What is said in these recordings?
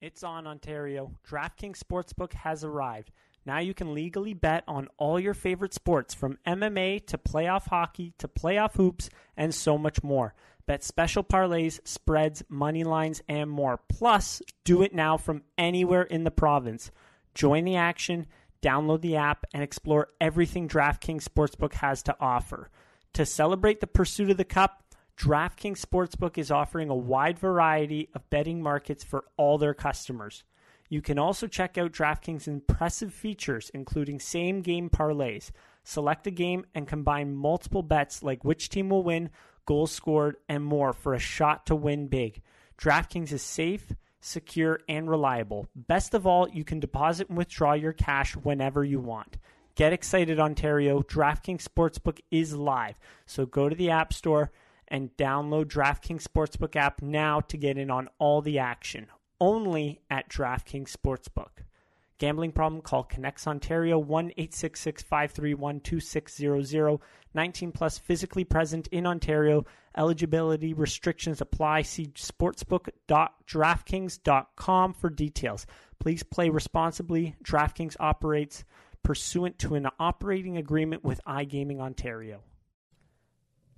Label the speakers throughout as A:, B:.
A: It's on Ontario. DraftKings Sportsbook has arrived. Now you can legally bet on all your favorite sports from MMA to playoff hockey to playoff hoops and so much more. Bet special parlays, spreads, money lines, and more. Plus, do it now from anywhere in the province. Join the action, download the app, and explore everything DraftKings Sportsbook has to offer. To celebrate the pursuit of the cup, DraftKings Sportsbook is offering a wide variety of betting markets for all their customers. You can also check out DraftKings' impressive features, including same game parlays. Select a game and combine multiple bets like which team will win, goals scored, and more for a shot to win big. DraftKings is safe, secure, and reliable. Best of all, you can deposit and withdraw your cash whenever you want. Get excited, Ontario. DraftKings Sportsbook is live. So go to the App Store and download DraftKings Sportsbook app now to get in on all the action. Only at DraftKings Sportsbook. Gambling problem? Call Connects Ontario 1 866 531 2600. 19 plus physically present in Ontario. Eligibility restrictions apply. See sportsbook.draftkings.com for details. Please play responsibly. DraftKings operates pursuant to an operating agreement with iGaming Ontario.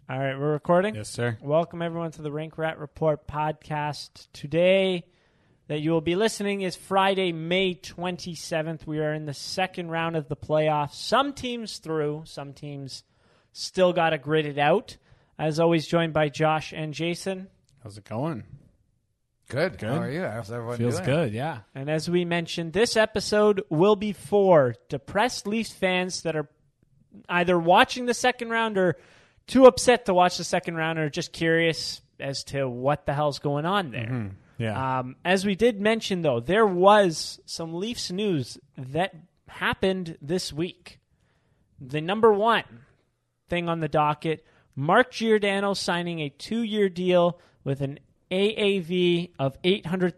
A: All right, we're recording.
B: Yes, sir.
A: Welcome everyone to the Rank Rat Report podcast. Today that you will be listening is Friday, May 27th. We are in the second round of the playoffs. Some teams through, some teams still got to grit it out. As always, joined by Josh and Jason.
B: How's it going?
C: Good.
B: Good.
C: How are you? How's everyone
B: Feels
C: doing?
B: good. Yeah.
A: And as we mentioned, this episode will be for depressed Leafs fans that are either watching the second round or too upset to watch the second round or just curious as to what the hell's going on there.
B: Yeah.
A: Um, as we did mention, though, there was some Leafs news that happened this week. The number one thing on the docket Mark Giordano signing a two year deal with an AAV of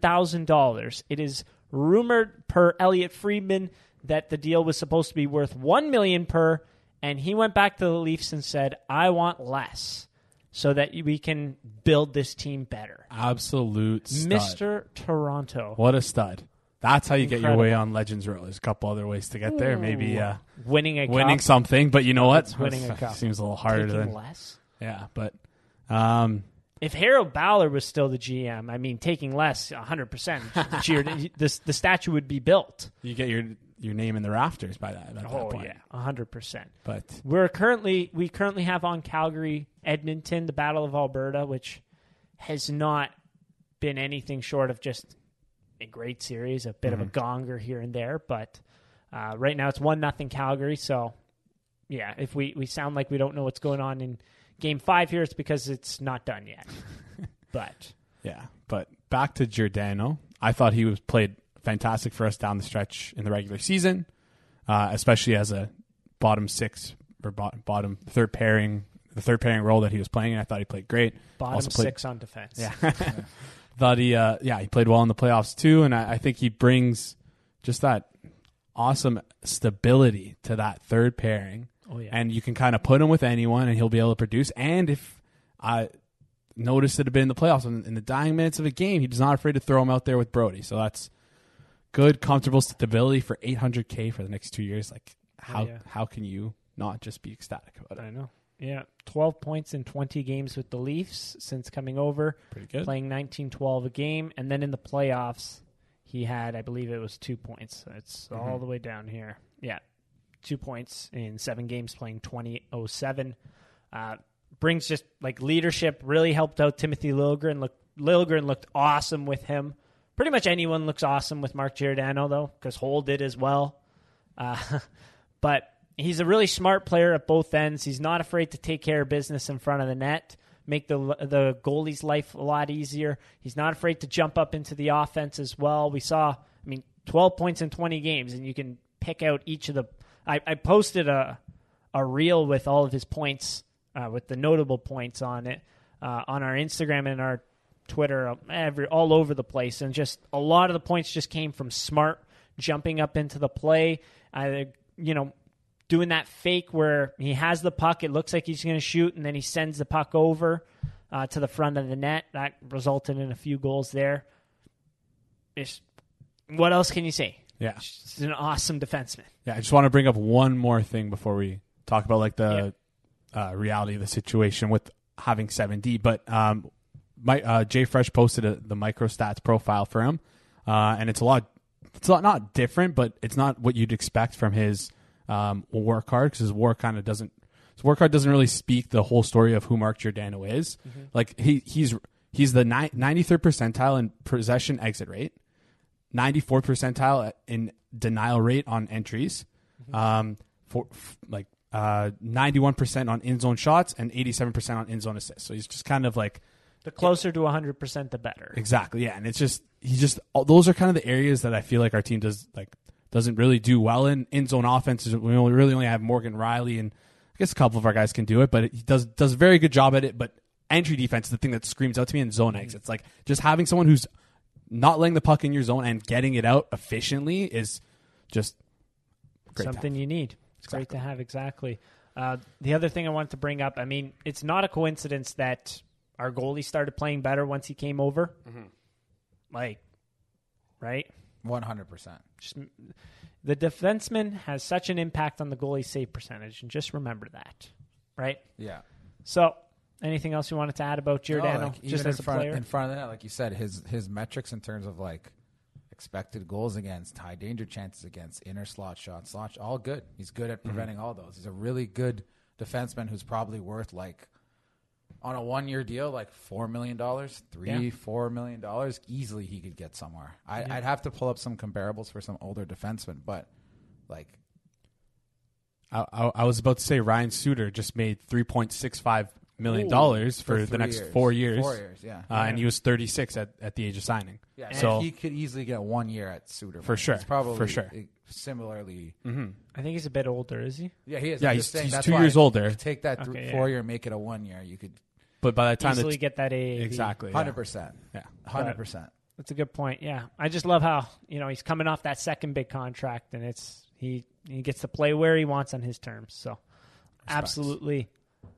A: $800,000. It is rumored per Elliot Friedman that the deal was supposed to be worth 1 million per and he went back to the Leafs and said, "I want less so that we can build this team better."
B: Absolute stud.
A: Mr. Toronto.
B: What a stud. That's how you get your
A: Incredible.
B: way on Legends Row. There's a couple other ways to get there. Maybe uh,
A: Winning a
B: winning
A: cup,
B: something, but you know what?
A: It's winning a cup.
B: Seems a little harder
A: taking
B: than
A: less.
B: yeah. But um,
A: If Harold Ballard was still the GM, I mean, taking less, 100%, Giordano- the, the statue would be built.
B: you get your your name in the rafters by that. At
A: Oh,
B: that point.
A: 100%.
B: But
A: We're currently, we currently have on Calgary, Edmonton, the Battle of Alberta, which has not been anything short of just a great series, a bit of a
B: Mm-hmm.
A: gonger here and there. But uh, right now it's 1 nothing Calgary. So, yeah, if we, we sound like we don't know what's going on in game five here, it's because it's not done yet. but
B: yeah. But back to Giordano. I thought he was played fantastic for us down the stretch in the regular season, uh, especially as a bottom six or bo- bottom third pairing, the third pairing role that he was playing. I thought he played great.
A: bottom
B: Also played-
A: six on defense.
B: Yeah. Thought he, uh, yeah, he played well in the playoffs too, and I, I think he brings just that awesome stability to that third pairing.
A: Oh, yeah.
B: And you can kind of put him with anyone, and he'll be able to produce. And if I noticed it a bit in the playoffs, in, in the dying minutes of a game, he's not afraid to throw him out there with Brody. So that's good, comfortable stability for 800k for the next two years. Like, how
A: yeah.
B: how can you not just be ecstatic about it?
A: I know. Yeah. 12 points in 20 games with the Leafs since coming over,
B: Pretty good.
A: playing 19 12 a game. And then in the playoffs, he had, I believe it was two points. It's all the way down here. Yeah. Two points in seven games, playing 2007. Uh, brings just like leadership, really helped out Timothy Lilgren. Look, Lilgren looked awesome with him. Pretty much anyone looks awesome with Mark Giordano, though, because Hole did as well. Uh, but he's a really smart player at both ends. He's not afraid to take care of business in front of the net, make the the goalie's life a lot easier. He's not afraid to jump up into the offense as well. We saw, I mean, 12 points in 20 games, and you can pick out each of the. I, I posted a a reel with all of his points, uh, with the notable points on it, uh, on our Instagram and our Twitter, uh, every all over the place, and just a lot of the points just came from smart jumping up into the play, either you know doing that fake where he has the puck, it looks like he's going to shoot, and then he sends the puck over uh, to the front of the net. That resulted in a few goals there. It's What else can you say?
B: Yeah.
A: He's an awesome defenseman.
B: Yeah, I just want to bring up one more thing before we talk about like the uh, reality of the situation with having 7D. But um, my uh, Jay Fresh posted a, the microstats profile for him, uh, and it's a lot. It's a lot, not different, but it's not what you'd expect from his um, war card because his war kind of doesn't. His war card doesn't really speak the whole story of who Mark Giordano is. Like he he's he's the ni- 93rd percentile in possession exit rate. 94th percentile in denial rate on entries, um, for f- like uh, 91% on in zone shots and 87% on in zone assists. So he's just kind of like
A: The closer to 100%, the better.
B: exactly yeah, and it's just he's just all, those are kind of the areas that I feel like our team does like doesn't really do well in in zone offenses. We only, really only have Morgan Riley and I guess a couple of our guys can do it, but it, he does does a very good job at it. But entry defense is the thing that screams out to me in zone exits. Like just having someone who's not letting the puck in your zone and getting it out efficiently is just great. to have.
A: something you need. It's great to have, exactly. Uh, the other thing I wanted to bring up, I mean, it's not a coincidence that our goalie started playing better once he came over.
C: Mm-hmm.
A: Like, right?
C: One hundred percent.
A: Just, the defenseman has such an impact on the goalie save percentage, and just remember that, right?
C: Yeah.
A: So, anything else you wanted to add about Giordano,
C: No, like, even
A: just as
C: in
A: a
C: front,
A: player?
C: in front of that, like you said, his his metrics in terms of like expected goals against, high danger chances against, inner slot shots, slot sh- all good. He's good
B: Mm-hmm.
C: at preventing all those. He's a really good defenseman who's probably worth like on a one year deal, like four million dollars, three,
A: Yeah.
C: four million dollars, easily he could get somewhere. I, I'd have to pull up some comparables for some older defensemen, but like
B: I, I, I was about to say Ryan Suter just made three point six five million
C: Ooh,
B: dollars for,
C: for
B: the
C: three
B: next
C: years.
B: four years.
C: Four years, yeah.
B: Uh, and he was thirty six at, at the age of signing.
C: Yeah,
B: so
C: so he could easily get one year at Suter
B: For sure,
C: It's probably
B: for sure. Mm-hmm.
C: eh, Similarly,
A: I think he's a bit older, is he?
C: yeah, he is.
B: Yeah,
C: I'm
B: he's-
C: just saying
B: he's
C: that's
B: two
C: why
B: years
C: if you
B: older.
C: Take that th-
A: Okay, yeah.
C: four year, make it a one year. You could
B: but by the time
A: Easily
B: that
A: get that AAV.
B: exactly yeah.
C: hundred percent,
B: Yeah.
C: hundred percent.
A: That's a good point. Yeah, I just love how you know he's coming off that second big contract, and it's he he gets to play where he wants on his terms. So, absolutely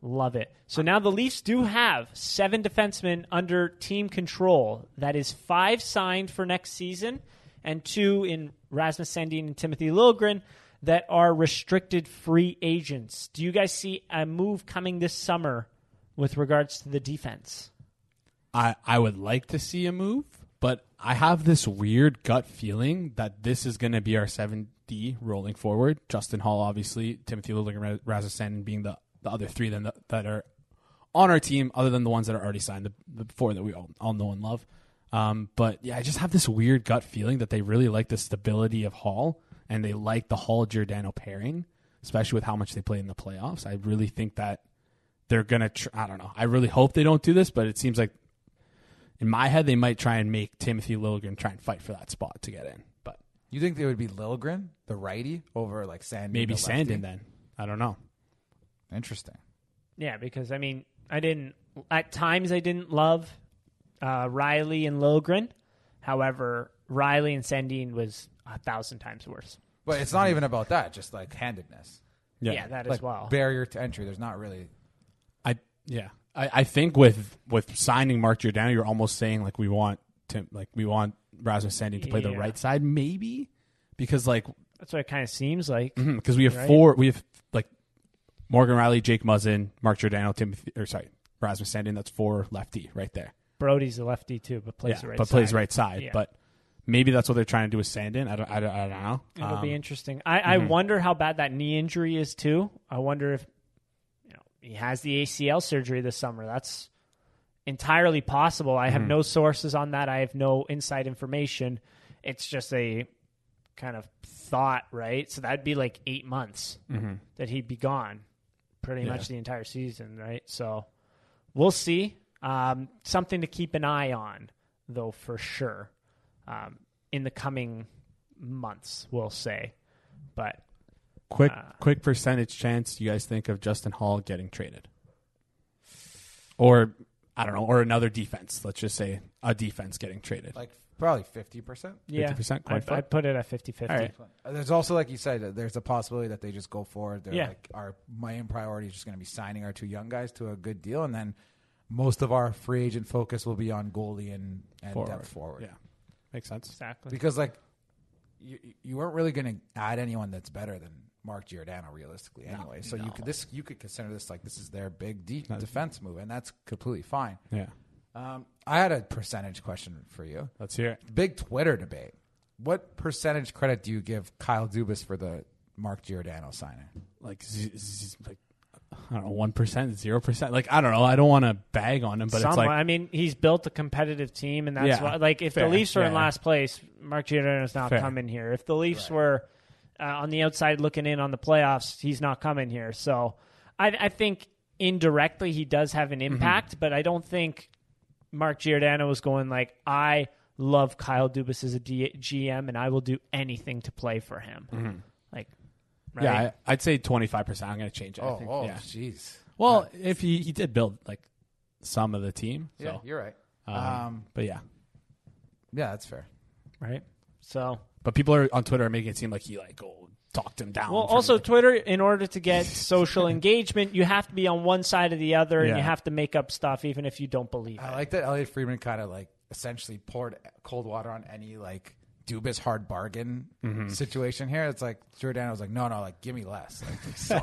A: love it. So now the Leafs do have seven defensemen under team control. That is five signed for next season, and two in Rasmus Sandin and Timothy Lilgren that are restricted free agents. Do you guys see a move coming this summer with regards to the defense?
B: I, I would like to see a move, but I have this weird gut feeling that this is going to be our 7D rolling forward. Justin Hall, obviously, Timothy Lilligren, and Razor Sandin being the, the other three then that are on our team, other than the ones that are already signed, the, the four that we all, all know and love. Um, but yeah, I just have this weird gut feeling that they really like the stability of Hall and they like the Hall Giordano pairing, especially with how much they play in the playoffs. I really think that they're going to, tr- I don't know. I really hope they don't do this, but it seems like in my head, they might try and make Timothy Lilligren try and fight for that spot to get in. But
C: You think they would be Lilgren, the righty, over like Sandin?
B: maybe
C: the lefty?
B: Sandin then. I don't know.
C: Interesting.
A: Yeah, because I mean, I didn't at times I didn't love uh, Riley and Lilgren. However, Riley and Sandine was a thousand times worse.
C: But it's not even about that. Just like handedness,
A: Yeah, that
C: like
A: as
B: Oh.
A: well.
C: barrier to entry. There's not really.
B: I yeah. I, I think with with signing Mark Giordano, you're almost saying like we want Tim like we want Rasmus Sandin to play the
A: Yeah.
B: right side, maybe? Because like
A: That's what it kind of seems like.
B: because we have
A: Right.
B: four we have like Morgan Riley, Jake Muzzin, Mark Giordano, Timothy or sorry, Rasmus Sandin, that's four lefty right there.
A: Brody's a lefty too, but plays
B: yeah,
A: the right.
B: but
A: side.
B: plays right side.
A: Yeah.
B: But maybe that's what they're trying to do with Sandin. I don't I don't, I don't know.
A: It'll
B: Um,
A: be interesting. I, I wonder how bad that knee injury is too. I wonder if you know he has the ACL surgery this summer. That's entirely possible. I
B: Mm-hmm.
A: have no sources on that. I have no inside information. It's just a kind of thought, right? So that'd be like eight months that he'd be gone, pretty
B: Mm-hmm. Yeah.
A: much the entire season, right? So we'll see. Um, something to keep an eye on, though, for sure, um, in the coming months, we'll say. But
B: Quick,
A: Uh,
B: quick percentage chance you guys think of Justin Hall getting traded, or I don't know, or another defense. Let's just say a defense getting traded.
C: Like probably fifty percent.
A: yeah,
B: 50% coin
A: I'd,
B: flip?
A: I'd put it at 50 50.
B: All right.
C: There's also, like you said, that there's a possibility that they just go forward. They're
A: Yeah.
C: like, our main priority is just going to be signing our two young guys to a good deal, and then most of our free agent focus will be on goalie and, and depth forward.
B: yeah, makes sense.
A: Exactly.
C: Because like you, you weren't really going to add anyone that's better than Mark Giordano realistically anyway. so you could this you could consider this like this is their big de- defense move, and that's completely fine.
B: Yeah.
C: Um, I had a percentage question for you.
B: Let's hear it.
C: Big Twitter debate. What percentage credit do you give Kyle Dubas for the Mark Giordano signing?
B: Like, z- z- like I don't know, one percent, zero percent. Like I don't know. I don't want to bag on him, but
A: Some,
B: it's like
A: I mean, he's built a competitive team, and that's
B: Yeah.
A: why. Like, if
B: Fair.
A: the Leafs are in
B: Yeah.
A: last place, Mark Giordano's not
B: Fair.
A: coming here. If the Leafs were uh, on the outside looking in on the playoffs, he's not coming here. So, I, I think indirectly he does have
B: Mm-hmm.
A: an impact, but I don't think Mark Giordano was going like, "I love Kyle Dubas as a D- GM, and I will do anything to play for him." Like, right?
B: Mm-hmm. yeah, I, I'd say twenty five percent. I'm going to change it. I
C: Oh,
B: think.
C: oh,
B: yeah.
C: jeez.
B: Well, if he, he did build like some of the team,
C: Yeah,
B: so
C: you're right. Um,
B: um, but yeah,
C: yeah, that's fair.
A: right. So
B: but people are on Twitter are making it seem like he like oh, talked him down.
A: Well,
B: from-
A: also Twitter. In order to get social engagement, you have to be on one side or the other, and
B: Yeah.
A: you have to make up stuff, even if you don't believe
C: I
A: it.
C: like that Elliot Friedman kind of like essentially poured cold water on any like Dubas hard bargain situation here. It's like Giordano was like, no, no, like give me less. Like, so,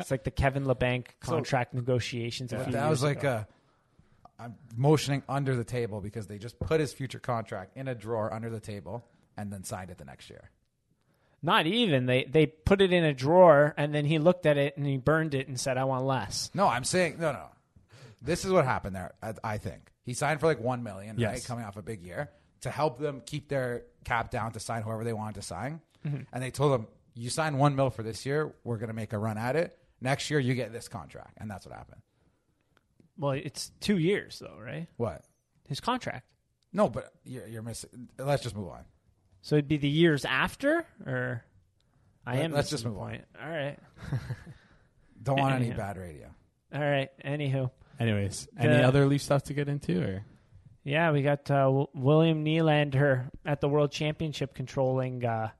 A: It's like the Kevin LeBanc contract negotiations. A few
C: that
A: years
C: was like
A: ago.
C: a. I'm motioning under the table because they just put his future contract in a drawer under the table and then signed it the next year.
A: not even they they put it in a drawer, and then he looked at it and he burned it and said, "I want less."
C: No, I'm saying no, no. This is what happened there. I, I think he signed for like one million, right?
B: Yes.
C: Coming off a big year to help them keep their cap down to sign whoever they wanted to sign,
A: Mm-hmm.
C: and they told him, "You sign one mil for this year. We're going to make a run at it. Next year, you get this contract." And that's what happened.
A: Well, it's two years though, right?
C: What?
A: His contract,
C: No, but you're, you're missing. Let's just move on.
A: so it'd be the years after, or I
C: Let-
A: am. missing
C: let's just
A: the
C: move on.
A: point. All right,
C: Don't want any
A: Yeah.
C: bad radio.
A: all right. Anywho,
B: anyways, any
A: The-
B: other Leaf stuff to get into or
A: Yeah, we got uh, W- William Nylander at the World Championship controlling uh,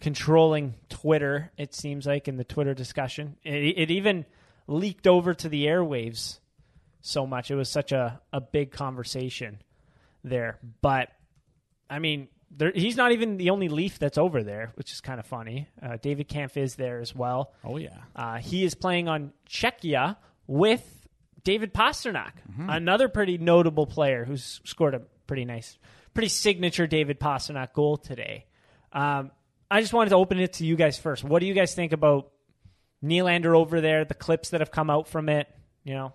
A: controlling Twitter. It seems like in the Twitter discussion, it, it even leaked over to the airwaves so much. It was such a, a big conversation there. But I mean, there, he's not even the only Leaf that's over there, which is kind of funny. Uh, David Kampf is there as well.
B: oh yeah,
A: Uh, he is playing on Czechia with David Pasternak,
C: Mm-hmm.
A: another pretty notable player who's scored a pretty nice, pretty signature David Pasternak goal today. Um, I just wanted to open it to you guys first. What do you guys think about Nylander over there? The clips that have come out from it, you know,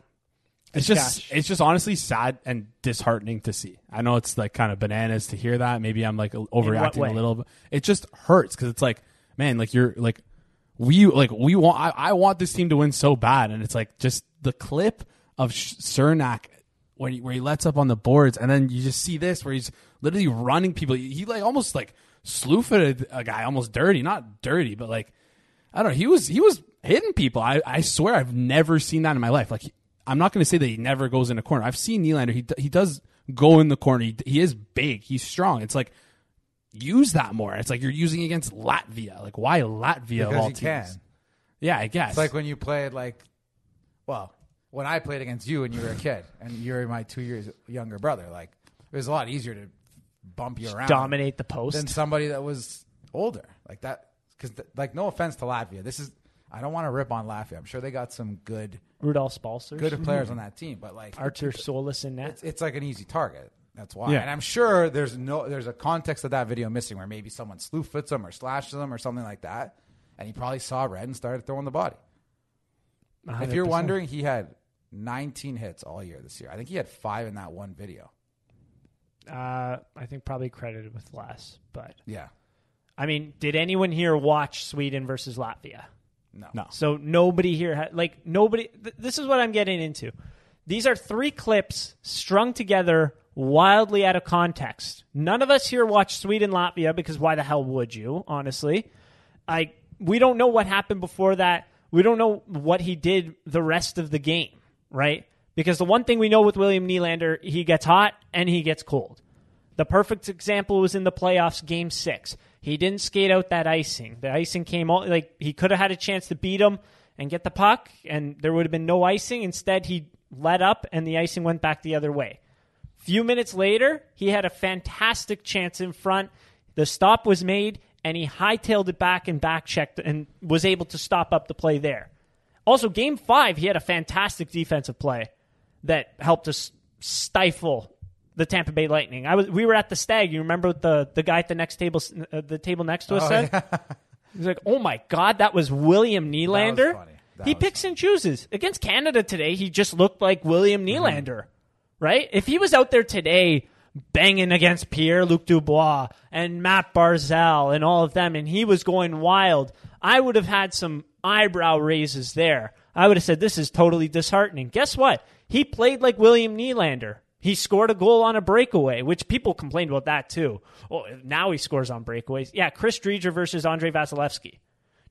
B: it's just
A: Gosh.
B: it's just honestly sad and disheartening to see. I know it's like kind of bananas to hear that. Maybe I'm like overreacting
A: way?
B: a little. bit. It just hurts because it's like man, like you're like we like we want. I, I want this team to win so bad, and it's like just the clip of Sh- Cernak where he, where he lets up on the boards, and then you just see this where he's literally running people. He, he, like almost like sleufed a, a guy almost dirty, not dirty, but like I don't know. He was he was hitting people. I, I swear I've never seen that in my life. Like I'm not going to say that he never goes in a corner. I've seen Nylander. He d- he does go in the corner. He, d- he is big. He's strong. It's like use that more. It's like you're using against Latvia. Like why Latvia of all
C: Because you
B: teams?
C: can.
B: Yeah, I guess.
C: It's like when you played like, well, when I played against you and you were a kid, and you're my two years younger brother. Like it was a lot easier to bump you around,
A: dominate the post.
C: than somebody that was older like that. Because like, no offense to Latvia, this is I don't want to rip on Latvia. I'm sure they got some good
A: Rudolph Spalsers,
C: good players on that team, but like
A: Arthur Solis in net.
C: it's, it's like an easy target. That's why.
B: Yeah.
C: And I'm sure there's no there's a context of that video missing where maybe someone slew foots him or slashes him or something like that, and he probably saw red and started throwing the body. If you're
A: 100%.
C: wondering, he had 19 hits all year this year. I think he had five in that one video.
A: uh, I think probably credited with less, but
C: Yeah.
A: I mean, did anyone here watch Sweden versus Latvia?
C: No.
B: No.
A: So nobody here, ha- like nobody. Th- this is what I'm getting into. These are three clips strung together wildly out of context. None of us here watch Sweden Latvia because why the hell would you? Honestly, I we don't know what happened before that. We don't know what he did the rest of the game, right? Because the one thing we know with William Nylander, he gets hot and he gets cold. The perfect example was in the playoffs, Game Six. He didn't skate out that icing. The icing came all like he could have had a chance to beat him and get the puck, and there would have been no icing. Instead, he let up, and the icing went back the other way. Few minutes later, he had a fantastic chance in front. The stop was made, and he hightailed it back and back checked and was able to stop up the play there. Also, game five, he had a fantastic defensive play that helped us stifle the Tampa Bay Lightning. I was we were at the stag. You remember what the the guy at the next table, s- uh, the table next
C: Oh,
A: to us said. He was like, "Oh my God, that was William Nylander."
C: funny. That
A: he
C: was
A: picks and chooses against Canada today. He just looked like William Nylander, right? If he was out there today banging against Pierre Luc Dubois and Matt Barzell and all of them, and he was going wild, I would have had some eyebrow raises there. I would have said, "This is totally disheartening." Guess what? He played like William Nylander. He scored a goal on a breakaway, which people complained about that too. Oh, now he scores on breakaways. Yeah, Chris Dreger versus Andre Vasilevsky.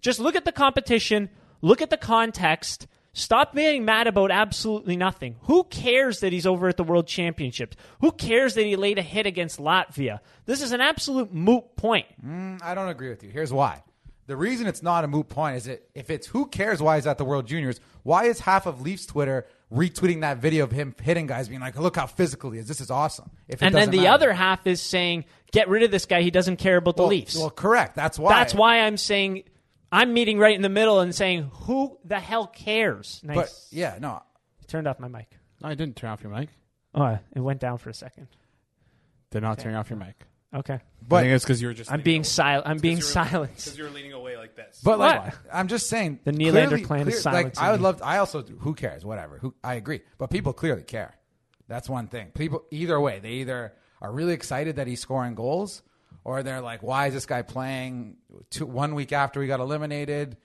A: Just look at the competition, look at the context. Stop being mad about absolutely nothing. Who cares that he's over at the World Championships? Who cares that he laid a hit against Latvia? This is an absolute moot point.
C: Mm, I don't agree with you. Here's why. The reason it's not a moot point is that if it's who cares why he's at the World Juniors, why is half of Leafs Twitter retweeting that video of him hitting guys, being like, "Look how physical he is. This is awesome." If it
A: and then
C: doesn't
A: the
C: matter.
A: other half is saying, get rid of this guy. He doesn't care about the
C: well,
A: Leafs.
C: Well, correct. That's why.
A: That's why I'm saying, I'm meeting right in the middle and saying, who the hell cares? Nice.
C: But yeah, no.
A: Turned off my mic.
B: No, I didn't turn off your mic.
A: Oh, it went down for a second.
B: Did not turn off your mic.
A: Okay.
B: I
C: But
B: think it's because you were just.
A: I'm
B: leaning
A: being
B: away.
A: silent. I'm being silenced.
B: Because you were leaning away like this.
C: But like,
A: What?
C: I'm just saying
A: The Nylander
C: clearly-
A: plan is
C: clear- Like,
A: silencing
C: I would
A: me.
C: love. To, I also who cares? Whatever. Who I agree, but people clearly care. That's one thing. People either way, they either are really excited that he's scoring goals, or they're like, "Why is this guy playing two, one week after we got eliminated?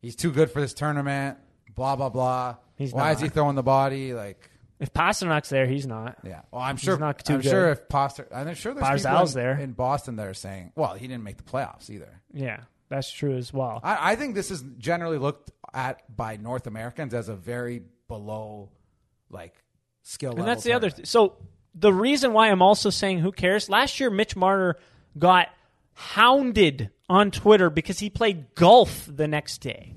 C: He's too good for this tournament." Blah blah blah.
A: He's
C: Why is
A: not.
C: he throwing the body? Like,
A: If Pasternak's there, he's not.
C: yeah. Well, I'm sure.
A: not too
C: I'm sure
A: good.
C: if Poster, I'm sure there's
A: Barzal's
C: people in,
A: there.
C: in Boston that are saying, "Well, he didn't make the playoffs either."
A: Yeah, that's true as well.
C: I, I think this is generally looked at by North Americans as a very below, like skill.
A: and that's the other. Th- so the reason why I'm also saying who cares? Last year, Mitch Marner got hounded on Twitter because he played golf the next day,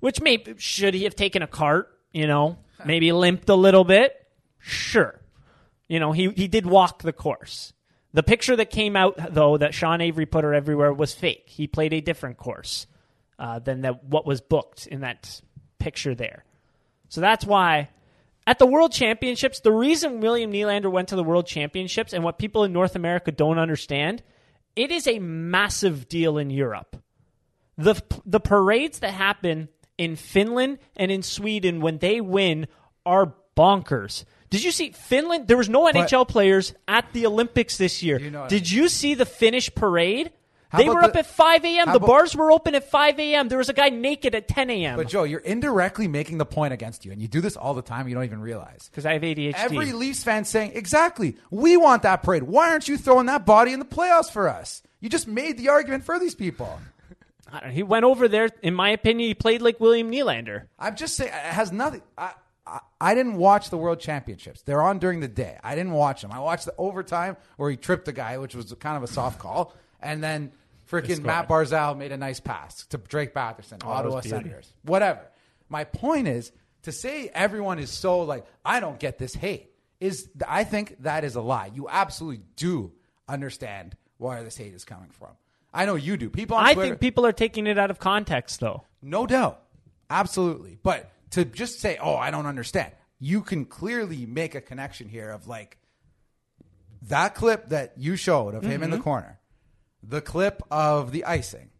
A: which maybe should he have taken a cart? You know, maybe limped a little bit. Sure, you know he he did walk the course. The picture that came out though that Sean Avery put her everywhere was fake. He played a different course uh, than that what was booked in that picture there. So that's why at the World Championships, the reason William Nylander went to the World Championships and what people in North America don't understand, it is a massive deal in Europe. The the parades that happen in Finland and in Sweden when they win are bonkers. Did you see Finland? There was no NHL players at the Olympics this year.
C: You know-
A: Did you see the Finnish parade?
C: How
A: They
C: about
A: were
C: the-
A: up at 5 a.m.
C: how
A: The
C: about-
A: bars were open at 5 a.m. There was a guy naked at 10 a.m.
C: But Joe, you're indirectly making the point against you, and you do this all the time. You don't even realize.
A: because I have ADHD.
C: Every Leafs fan saying, "Exactly, we want that parade. Why aren't you throwing that body in the playoffs for us?" You just made the argument for these people.
A: I don't know, he went over there. In my opinion, he played like William Nylander.
C: I'm just saying it has nothing. I, I I didn't watch the World Championships. They're on during the day. I didn't watch them. I watched the overtime where he tripped the guy, which was kind of a soft call, and then freaking Matt Barzal made a nice pass to Drake Batherson,
A: Oh,
C: Ottawa Senators, whatever. My point is to say everyone is so like I don't get this hate is I think that is a lie. You absolutely do understand where this hate is coming from. I know you do. People, on
A: I
C: Twitter,
A: think people are taking it out of context, though.
C: no doubt. Absolutely. But to just say, oh, I don't understand, you can clearly make a connection here of like that clip that you showed of him in the corner, the clip of the icing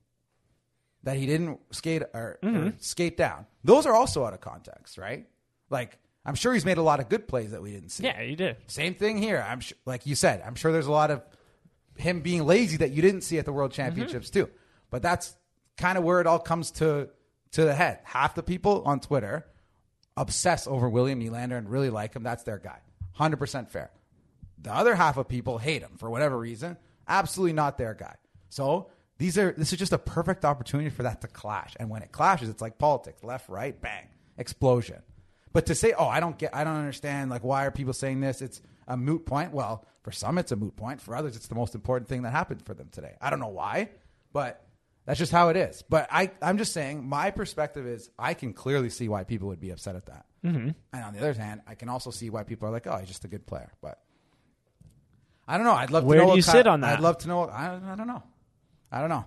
C: that he didn't skate or, or skate down. Those are also out of context, right? Like, I'm sure he's made a lot of good plays that we didn't see.
A: Yeah, you did.
C: Same thing here. I'm sure, like you said, I'm sure there's a lot of him being lazy that you didn't see at the World Championships too. But that's kind of where it all comes to to the head. Half the people on Twitter obsess over William Nylander and really like him. That's their guy. 100% fair. The other half of people hate him for whatever reason. Absolutely not their guy. So these are this is just a perfect opportunity for that to clash. And when it clashes, it's like politics, left, right, bang, explosion. But to say, oh, I don't get, I don't understand, like why are people saying this? It's a moot point. Well, for some it's a moot point. For others, it's the most important thing that happened for them today. I don't know why, but that's just how it is. But I, I'm just saying, my perspective is I can clearly see why people would be upset at that. Mm-hmm. And on the other hand, I can also see why people are like, oh, he's just a good player. But I don't know. I'd love
A: Where
C: to know
A: do
C: what
A: you
C: Ky-
A: sit on that?
C: I'd love to know. I, I don't know. I don't know.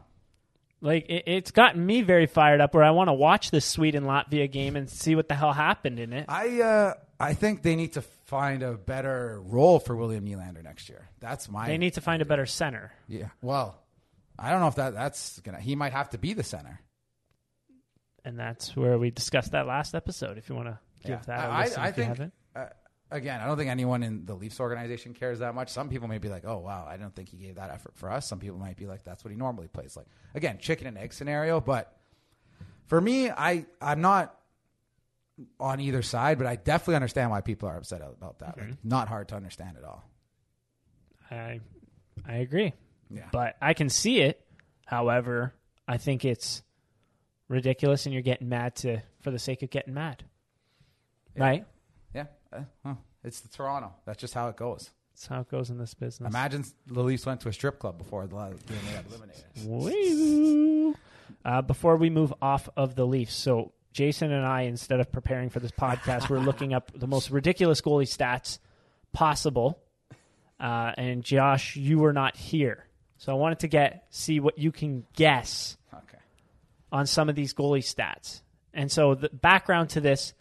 A: Like it, it's gotten me very fired up where I want to watch this Sweden Latvia game and see what the hell happened in it.
C: I uh, I think they need to find a better role for William Nylander next year. That's my.
A: They need to find a better center.
C: Yeah. Well, I don't know if that that's gonna. He might have to be the center.
A: And that's where we discussed that last episode. If you want to give
C: Yeah.
A: that a
C: I,
A: listen if
C: I
A: you
C: think
A: haven't.
C: uh, again, I don't think anyone in the Leafs organization cares that much. Some people may be like, "Oh wow, I don't think he gave that effort for us." Some people might be like, "That's what he normally plays." Like again, chicken and egg scenario. But for me, I I'm not on either side, but I definitely understand why people are upset about that. Like, not hard to understand at all.
A: I I agree.
C: Yeah.
A: But I can see it. However, I think it's ridiculous and you're getting mad to for the sake of getting mad. Right?
C: Yeah, uh, huh. it's the Toronto. That's just how it goes.
A: That's how it goes in this business.
C: Imagine the Leafs went to a strip club before the game they got eliminated.
A: Woo. Uh, before we move off of the Leafs, so Jason and I, instead of preparing for this podcast, we're looking up the most ridiculous goalie stats possible. Uh, and Josh, you were not here, so I wanted to get see what you can guess
C: Okay.
A: on some of these goalie stats. And so the background to this,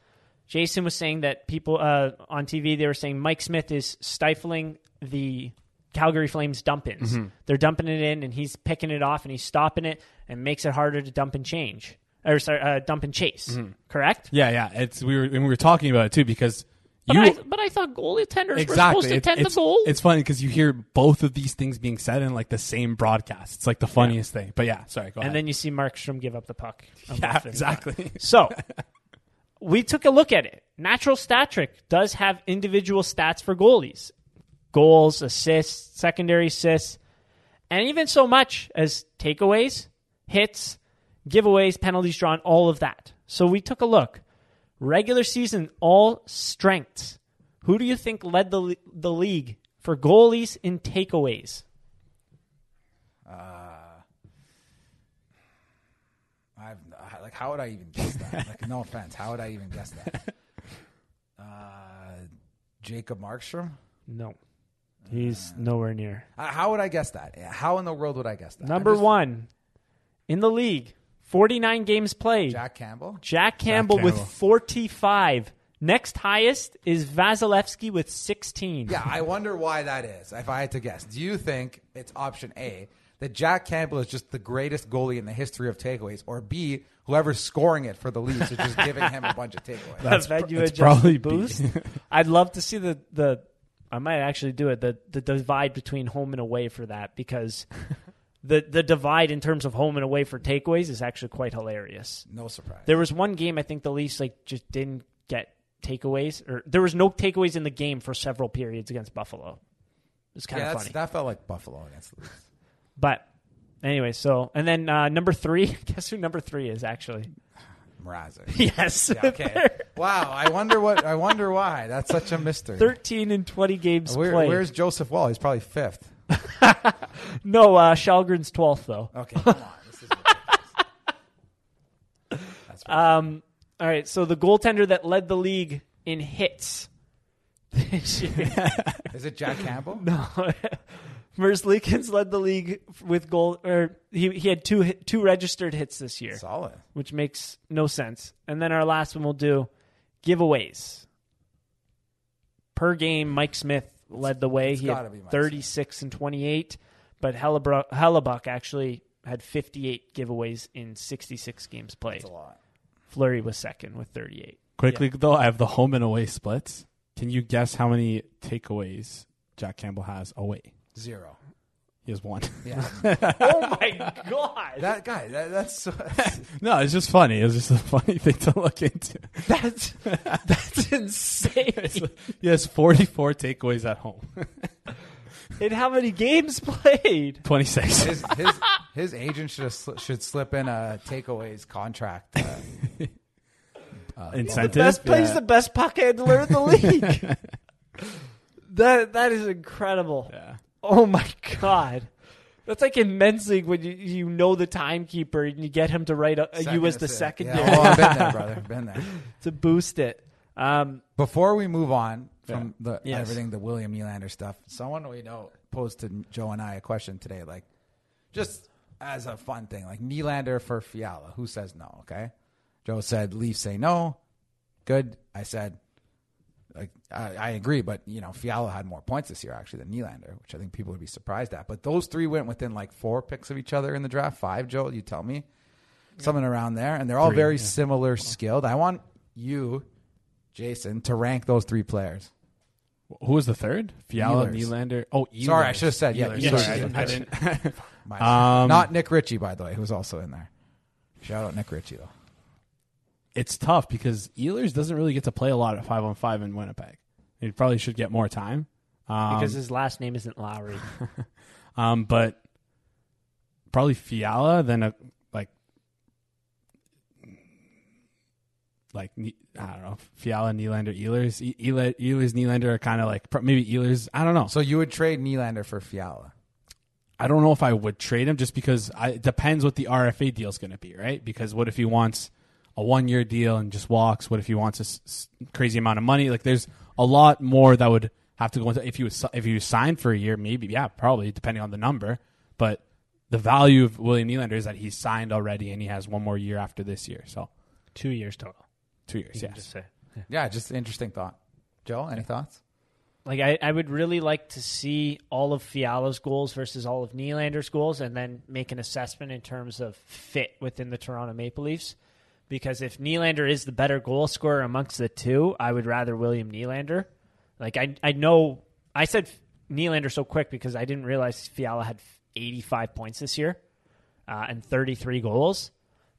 A: Jason was saying that people uh, on TV they were saying Mike Smith is stifling the Calgary Flames dump-ins.
B: Mm-hmm.
A: They're dumping it in, and he's picking it off, and he's stopping it, and makes it harder to dump and change or sorry, uh, dump and chase.
B: Mm-hmm.
A: Correct.
B: Yeah, yeah. It's we were and we were talking about it too because
A: But,
B: you
A: I, but I thought goalie tenders were supposed to
B: It-
A: tend
B: it's,
A: the goal.
B: It's funny because you hear both of these things being said in like the same broadcast. It's like the funniest thing. But yeah, sorry. Go
A: and
B: ahead.
A: then you see Markstrom give up the puck. on
B: yeah,
A: left and right.
B: exactly.
A: So we took a look at it. Natural Stat Trick does have individual stats for goalies goals, assists, secondary assists, and even so much as takeaways, hits, giveaways, penalties drawn, all of that. So we took a look. Regular season, all strengths. Who do you think led the, le- the league for goalies in takeaways?
C: I've I- like, how would I even guess that? Like, no offense, how would I even guess that? Uh, Jacob Markstrom.
A: No. He's nowhere near.
C: Uh, How would I guess that? How in the world would I guess that?
A: Number
C: I'm just-
A: one in the league, 49 games played. Jack,
C: Jack Campbell.
A: Campbell, with
B: Campbell.
A: 45. Next highest is Vasilevsky with 16.
C: Yeah, I wonder why that is. If I had to guess, do you think it's option A that Jack Campbell is just the greatest goalie in the history of takeaways, or B, whoever's scoring it for the Leafs is just giving him a bunch of takeaways?
A: That's, you
B: that's
A: adjust
B: probably
A: the boost. I'd love to see the, the I might actually do it, the, the divide between home and away for that because the, the divide in terms of home and away for takeaways is actually quite hilarious.
C: no surprise.
A: There was one game I think the Leafs like just didn't get takeaways or there was no takeaways in the game for several periods against Buffalo. It's kind
C: yeah,
A: of
C: that's,
A: funny.
C: that felt like Buffalo against the Leafs.
A: But anyway, so and then uh, number three, guess who number three is actually?
C: Mrazek.
A: Yes.
C: Yeah, okay. wow. I wonder what. I wonder why. That's such a mystery.
A: Thirteen and twenty games
C: Where,
A: played.
C: where's Joseph Wall? He's probably fifth.
A: No, uh, Shalgren's twelfth though.
C: Okay, come on. This is ridiculous. That's right.
A: Um, all right, so the goaltender that led the league in hits this year.
C: is it Jack Campbell?
A: no. Merzlikins led the league with goal, or he, he had two hit- two registered hits this year.
C: Solid.
A: which makes no sense. And then our last one we'll do giveaways. Per game, Mike Smith led the way. he
C: gotta
A: had
C: be Mike
A: 36 and 28, but Hellebuck, Hellebuck actually had 58 giveaways in 66 games played.
C: That's a lot.
A: Flurry was second with 38.
B: Quickly though, I have the home and away splits. Can you guess how many takeaways Jack Campbell has away?
C: Zero.
B: He has one.
C: Yeah.
A: Oh my god.
C: that guy. That, that's so,
B: no, it's just funny. It's just a funny thing to look into.
A: that's that's insane.
B: He has 44 takeaways at home.
A: And how many games played?
B: 26.
C: his his his agent should have sli- should slip in a takeaways contract. Uh,
B: Incentive.
A: Best plays
B: yeah.
A: the best puck handler in the league. that that is incredible.
B: Yeah.
A: Oh my god. That's like in men's league when you, you know the timekeeper and you get him to write a, you as the
C: assist.
A: secondary
C: Yeah, well, I've been there, brother. Been there.
A: to boost it. Um,
C: Before we move on from the
A: Yes.
C: everything, the William Nylander stuff, someone we know posed to Joe and I a question today, like just as a fun thing, like Nylander for Fiala. Who says no? Okay, Joe said Leafs say no. Good. I said, like I, I agree, but you know Fiala had more points this year actually than Nylander, which I think people would be surprised at. But those three went within like four picks of each other in the draft. Five, Joe, you tell me, something around there, and they're all very similar skilled. I want you, Jason, to rank those three players.
B: Who was the third? Fiala,
C: Ehlers.
B: Nylander. Oh, Ehlers.
C: Sorry, I should have said, yeah,
B: Ehlers.
A: Ehlers.
B: Sorry, I didn't- I didn't.
C: My
B: Um,
C: not Nick Ritchie, by the way, who's also in there. Shout out Nick Ritchie though.
B: It's tough because Ehlers doesn't really get to play a lot at five on five in Winnipeg. He probably should get more time. Um,
A: because his last name isn't Lowry.
B: Um, but probably Fiala, then a like like Ne- I don't know Fiala, Nylander, Ehlers, E- Ehle- Ehlers, Nylander are kind of like pro- maybe Ehlers. I don't know.
C: So you would trade Nylander for Fiala.
B: I don't know if I would trade him just because I, it depends what the RFA deal is going to be, right? Because what if he wants a one year deal and just walks? What if he wants a s- s- crazy amount of money? Like, there's a lot more that would have to go into if he was if he was signed for a year, maybe yeah, probably depending on the number. But the value of William Nylander is that he's signed already and he has one more year after this year, so
A: Two years total.
B: two years.
A: You can
B: Yes,
A: just say.
C: Yeah, just an interesting thought. Joe, any thoughts?
A: Like I, I would really like to see all of Fiala's goals versus all of Nylander's goals, and then make an assessment in terms of fit within the Toronto Maple Leafs. Because if Nylander is the better goal scorer amongst the two, I would rather William Nylander. Like I, I know I said Nylander so quick because I didn't realize Fiala had 85 points this year uh, and 33 goals.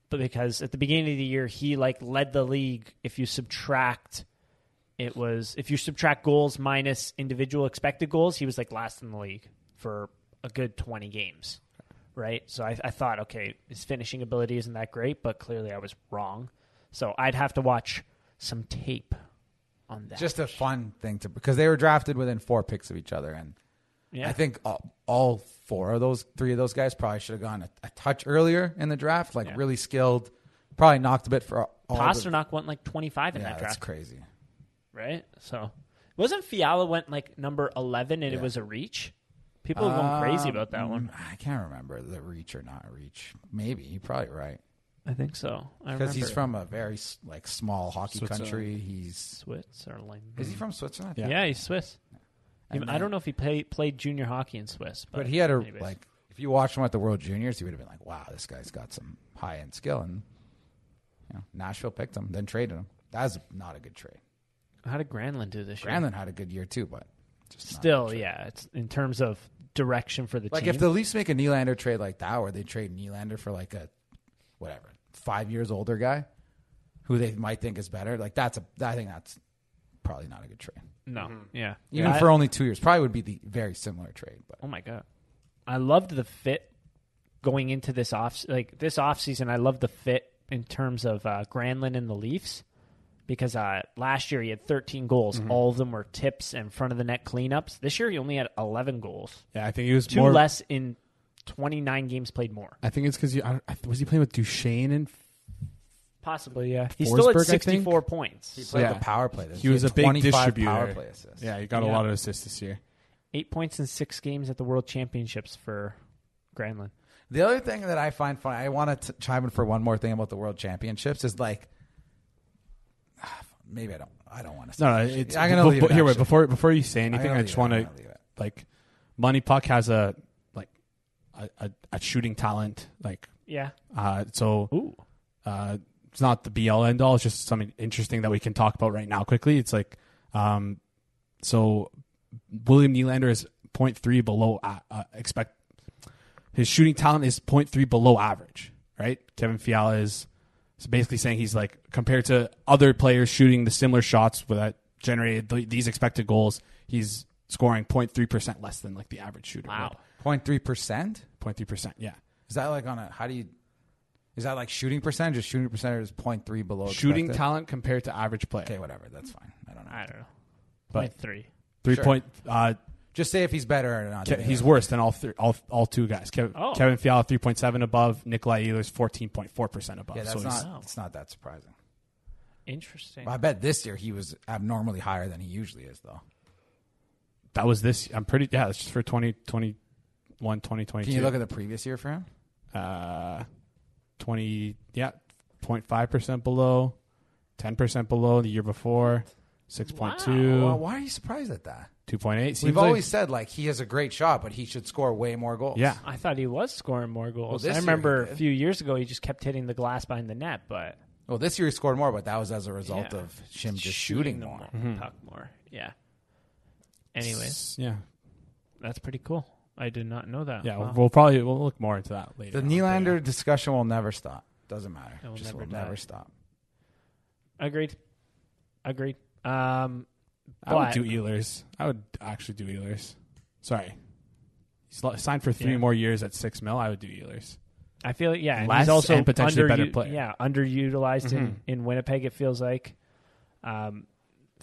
A: But because at the beginning of the year he like led the league. If you subtract it was if you subtract goals minus individual expected goals, he was like last in the league for a good twenty games, right? So I, I thought, okay, his finishing ability isn't that great, but clearly I was wrong. So I'd have to watch some tape on that.
C: Just a fun thing to because they were drafted within four picks of each other, and
A: yeah.
C: I think all, all four of those, three of those guys probably should have gone a, a touch earlier in the draft, like
A: Yeah.
C: really skilled, probably knocked a bit for all. the,
A: Pasternak went like twenty five in
C: yeah,
A: that
C: that's
A: draft,
C: crazy.
A: right? So wasn't Fiala went like number eleven and it was a reach? People are going crazy about that one.
C: Mm, I can't remember the reach or not reach. Maybe you're probably right
A: I think so. I
C: because
A: remember
C: he's from a very s- like small hockey
B: Switzerland.
C: country. He's
A: Switzerland.
C: is he from Switzerland?
A: Mm-hmm. Yeah, he's Swiss. He-
C: And
A: I
C: then-
A: don't know if he play, played junior hockey in Swiss, but,
C: But he had a
A: anyways.
C: like. If you watched him at the World Juniors, you would have been like, "Wow, this guy's got some high end skill." And you know, Nashville picked him, then traded him. That was not a good trade.
A: How did Granlund do this year?
C: Granlund had a good year too, but just not a
A: Still,
C: good trade.
A: yeah, it's in terms of direction for the
C: Like
A: team.
C: if the Leafs make a Nylander trade like that, where they trade Nylander for like a whatever five years older guy, who they might think is better, like that's a I think that's probably not a good trade.
A: no, yeah,
C: Even
A: I-
C: for only two years, probably would be the very similar trade. But
A: oh my god, I loved the fit going into this off like this off season. I loved the fit in terms of uh, Granlund and the Leafs because uh, last year he had 13 goals. All of them were tips and front of the net cleanups. This year he only had 11 goals,
B: yeah. I think he was
A: two
B: more.
A: less in 29 games played more.
B: I think it's because was he playing with Duchesne and
A: Possibly, yeah. He still
B: Forsberg, I
A: had
B: think?
A: 64 points.
C: he played
B: Yeah.
C: the power play. This
B: he was
C: had
B: a big
C: 25
B: distributor.
C: Power play assists.
B: Yeah, he got a
A: Yeah.
B: lot of assists this year.
A: Eight points in six games at the World Championships for Granlund.
C: The other thing that I find funny, I want to chime in for one more thing about the World Championships is like, ah, maybe I don't, I don't want to.
B: No, no it's,
C: I'm gonna
B: bef-
C: leave it,
B: here. Wait,
C: actually.
B: before before you say anything,
C: gonna
B: I
C: leave
B: just
C: it, I'm
B: want to
C: gonna leave it.
B: like Money Puck has a like a, a, a shooting talent. Like
A: Yeah.
B: uh, so,
A: Ooh.
B: uh, it's not the be all end all. It's just something interesting that we can talk about right now quickly. It's like um, so William Nylander is 0.3 below uh, uh, expect. His shooting talent is 0.3 below average, right? Kevin Fiala is so basically saying he's like compared to other players shooting the similar shots that generated th- these expected goals, he's scoring 0.3 percent less than like the average shooter.
A: Wow.
C: 0.3 percent.
B: 0.3 percent. Yeah,
C: Is that like on a how do you? Is that like shooting percentage? Or shooting percentage is 0.3 below
B: shooting
C: expected?
B: talent compared to average player.
C: Okay, whatever. That's fine. I don't know.
A: I don't know.
B: But-
A: Point three.
B: Three
C: Sure.
B: point. Uh,
C: Just say if he's better or not.
B: Ke- he's worse than all three, all all two guys. Kev-
A: Oh.
B: Kevin Fiala three point seven above. Nikolai Ehlers fourteen point four percent above.
C: Yeah, that's
B: so he's-
C: not. It's not that surprising.
A: Interesting.
C: I bet this year he was abnormally higher than he usually is, though.
B: that was this. I'm pretty. Yeah, it's just for 2021, 2022.
C: Can you look at the previous year for him?
B: uh, 20, yeah, 0.5% below, 10% below the year before, 6.2,
C: Well, why are you surprised at that?
B: 2.8. Seems
C: We've
B: like-
C: always said like he has a great shot, but he should score way more goals.
B: yeah.
A: I thought he was scoring more goals.
C: this
A: I
C: year
A: remember
C: he
A: a
C: did.
A: few years ago he just kept hitting the glass behind the net, but
C: Well, this year he scored more, but that was as a result
A: Yeah.
C: of him just shooting
A: the
C: more.
A: puck more. Yeah. Anyways,
B: Yeah.
A: that's pretty cool. I did not know that.
B: Yeah.
A: Oh, Wow.
B: We'll probably, we'll look more into that later.
C: The
B: on, but
C: Nylander discussion will never stop. Doesn't matter.
A: It will
C: just
A: never
C: will never
A: die.
C: stop.
A: Agreed. Agreed. Um,
B: yeah. I would
A: but-
B: do Ehlers. I would actually do Ehlers. Sorry. He's lo- signed for three
A: Yeah.
B: more years at six mil. I would do Ehlers.
A: I feel yeah, and
B: Less
A: he's also
B: and potentially better
A: underu-
B: player.
A: Yeah, underutilized
C: Mm-hmm.
A: in, in Winnipeg. It feels like um,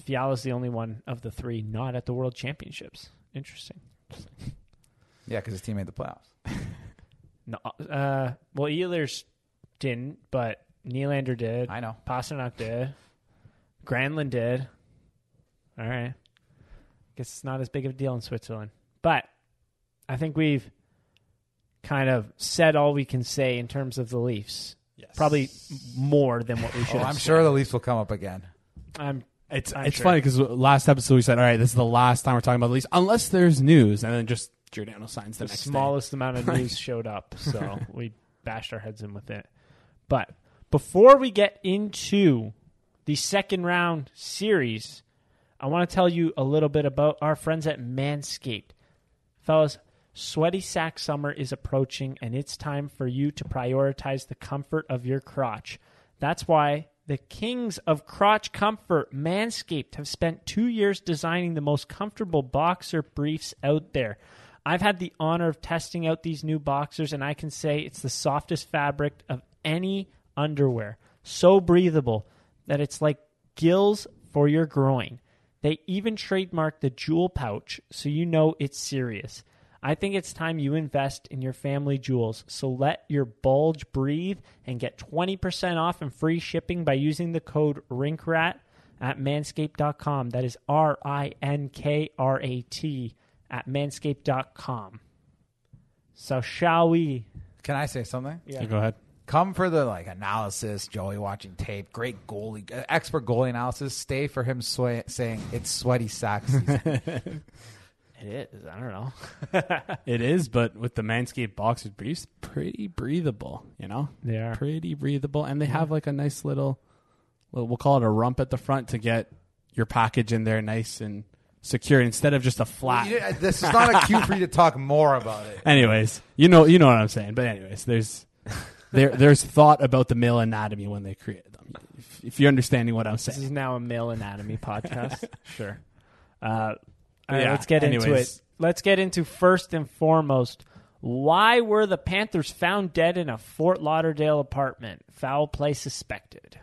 A: Fiala's the only one of the three not at the World Championships. Interesting.
C: Yeah, because his team made the playoffs.
A: No, uh, well, Ehlers didn't, but Nylander did.
C: I know.
A: Pasternak did. Granlund did. All right. Guess it's not as big of a deal in Switzerland. But I think we've kind of said all we can say in terms of the Leafs.
B: Yes.
A: Probably m- more than what we should
C: Oh,
A: have
C: I'm
A: said.
C: sure the Leafs will come up again.
A: I'm
B: It's
A: I'm
B: it's
A: sure.
B: funny because last episode we said, all right, this is the last time we're talking about the Leafs, unless there's news, and then just Giordano signs the,
A: the
B: next
A: smallest amount of news showed up, so we bashed our heads in with it. But before we get into the second round series, I want to tell you a little bit about our friends at Manscaped. Fellas, sweaty sack summer is approaching, and it's time for you to prioritize the comfort of your crotch. That's why the kings of crotch comfort, Manscaped, have spent two years designing the most comfortable boxer briefs out there. I've had the honor of testing out these new boxers, and I can say it's the softest fabric of any underwear. So breathable that it's like gills for your groin. They even trademarked the jewel pouch, so you know it's serious. I think it's time you invest in your family jewels. So let your bulge breathe and get 20% off and free shipping by using the code RINKRAT at manscaped.com. That is R I N K R A T at manscaped.com. So, shall we?
C: Can I say something?
B: day. Yeah, go ahead.
C: Come for the like analysis, Joey watching tape, great goalie, uh, expert goalie analysis. Stay for him swa- saying it's sweaty sack season.
A: It is. I don't know.
B: It is, but with the Manscaped boxer briefs, pretty breathable, you know?
A: They are.
B: Pretty breathable. And they have like a nice little, little, we'll call it a rump at the front to get your package in there nice and secure instead of just a flat.
C: You- uh, this is not a cue for you to talk more about it.
B: Anyways, you know, you know what I'm saying. But anyways, there's there there's thought about the male anatomy when they created them. If, if you're understanding what I'm
A: This
B: saying,
A: is now a male anatomy podcast. sure. Uh, all right,
B: Yeah,
A: let's get into it.
B: anyways.
A: Let's get into first and foremost why were the Panthers found dead in a Fort Lauderdale apartment? Foul play suspected.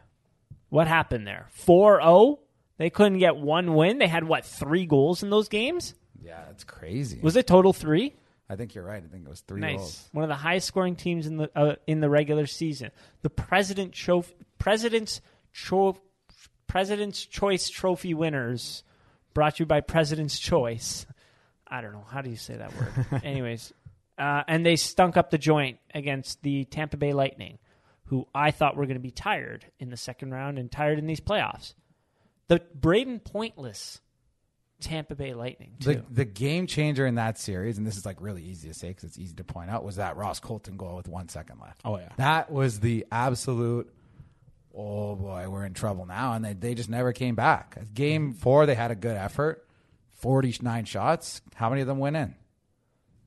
A: What happened there? 4 0? They couldn't get one win. They had, what, three goals in those games?
C: Yeah, it's crazy.
A: Was it total three?
C: I think you're right. I think it was three
A: Nice.
C: goals.
A: One of the highest scoring teams in the uh, in the regular season. The President Chof- President's Cho- President's Choice Trophy winners, brought to you by President's Choice. I don't know how do you say that word. Anyways, uh, and they stunk up the joint against the Tampa Bay Lightning, who I thought were going to be tired in the second round and tired in these playoffs. The brave and pointless Tampa Bay Lightning. Too.
C: The, the game changer in that series, and this is like really easy to say because it's easy to point out, was that Ross Colton goal with one second left.
B: oh yeah,
C: That was the absolute. Oh boy, we're in trouble now, and they they just never came back. Game
A: Mm-hmm.
C: four, they had a good effort, forty nine shots. How many of them went in?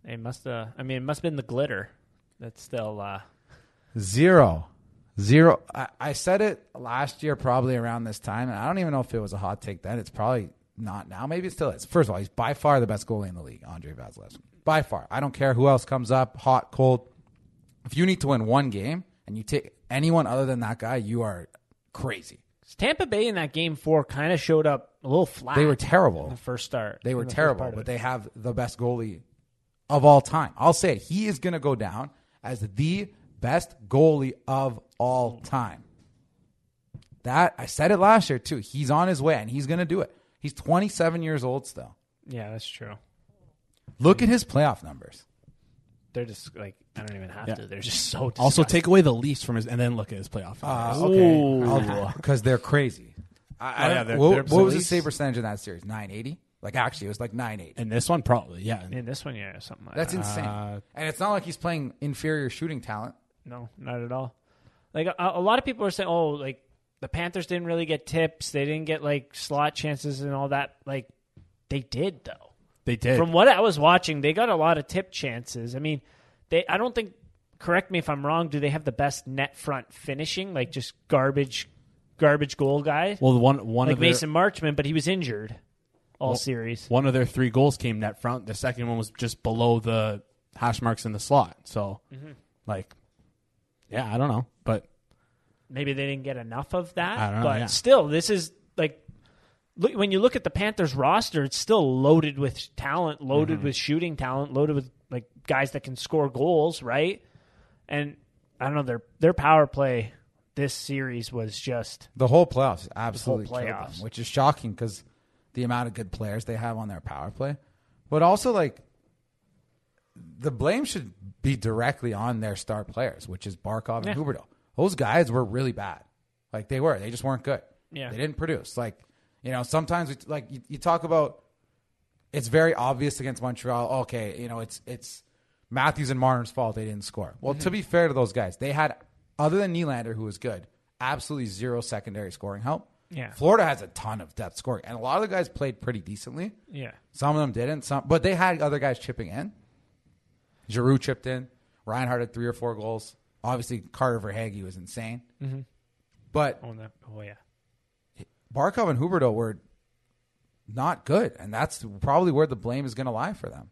A: It must. Uh, I mean, it must have been the glitter. That's still. Uh,
C: Zero. Zero. I, I said it last year, probably around this time, and I don't even know if it was a hot take then. It's probably not now. Maybe it still is. First of all, he's by far the best goalie in the league, Andre Vasilevsky. By far. I don't care who else comes up, hot, cold. If you need to win one game and you take anyone other than that guy, you are crazy.
A: Tampa Bay in that game four kind of showed up a little flat.
C: They were
A: in
C: terrible.
A: the first start.
C: They were
A: in the first
C: terrible,
A: part of
C: but
A: it.
C: they have the best goalie of all time. I'll say it. He is going to go down as the best goalie of all time. That I said it last year too. He's on his way and he's going to do it. He's 27 years old still.
A: Yeah, that's true.
B: Look at his.
C: Playoff numbers.
A: They're just like I don't even have
B: Yeah.
A: to. They're just so. Disgusting. Uh,
B: Also, take away the Leafs from his, and then look at his playoff. numbers.
A: Ooh.
C: Uh, okay. Because they're crazy. I, I
B: Oh,
C: don't-
B: yeah, they're-
C: what,
B: they're
C: what was the
B: police.
C: save percentage in that series? 980? Like, actually, it was like 980.
B: And this one probably, yeah.
A: in this one, yeah, something like
C: That's
A: that.
C: insane.
B: Uh,
C: and it's not like he's playing inferior shooting talent.
A: No, not at all. Like a, a lot of people are saying, oh, like the Panthers didn't really get tips. They didn't get like slot chances and all that. Like they did though.
B: They did.
A: From what I was watching, they got a lot of tip chances. I mean, they. I don't think. Correct me if I'm wrong. Do they have the best net front finishing? Like just garbage, garbage goal guy
B: well, the one one
A: like
B: of their
A: Mason Marchman, but he was injured all series.
B: one of their three goals came net front. The second one was just below the hash marks in the slot. So,
A: Mm-hmm.
B: like, yeah, I don't know, but
A: maybe they didn't get enough of that.
B: I don't know,
A: but
B: yeah.
A: still, this is like look, when you look at the Panthers roster, it's still loaded with talent, loaded
C: Mm-hmm.
A: with shooting talent, loaded with like guys that can score goals, right? And I don't know their their power play this series was just
C: The whole playoffs absolutely
A: whole
C: killed them,
A: playoffs.
C: which is shocking because the amount of good players they have on their power play, but also like the blame should be directly on their star players, which is Barkov and Huberto. Those guys were really bad, like they were. They just weren't good.
A: Yeah.
C: they didn't produce. Like you know, sometimes we, like you, you talk about, it's very obvious against Montreal. Okay, you know, it's it's Matthews and Martin's fault they didn't score. Well, to be fair to those guys, they had other than Nylander, who was good, absolutely zero secondary scoring help.
A: Yeah.
C: Florida has a ton of depth scoring, and a lot of the guys played pretty decently.
A: yeah.
C: Some of them didn't. Some, but they had other guys chipping in. Giroux chipped in. Reinhardt had three or four goals. Obviously, Carter Verhage was insane. But
A: Oh, no. oh yeah.
C: Barkov and Huberto were not good, and that's probably where the blame is going to lie for them.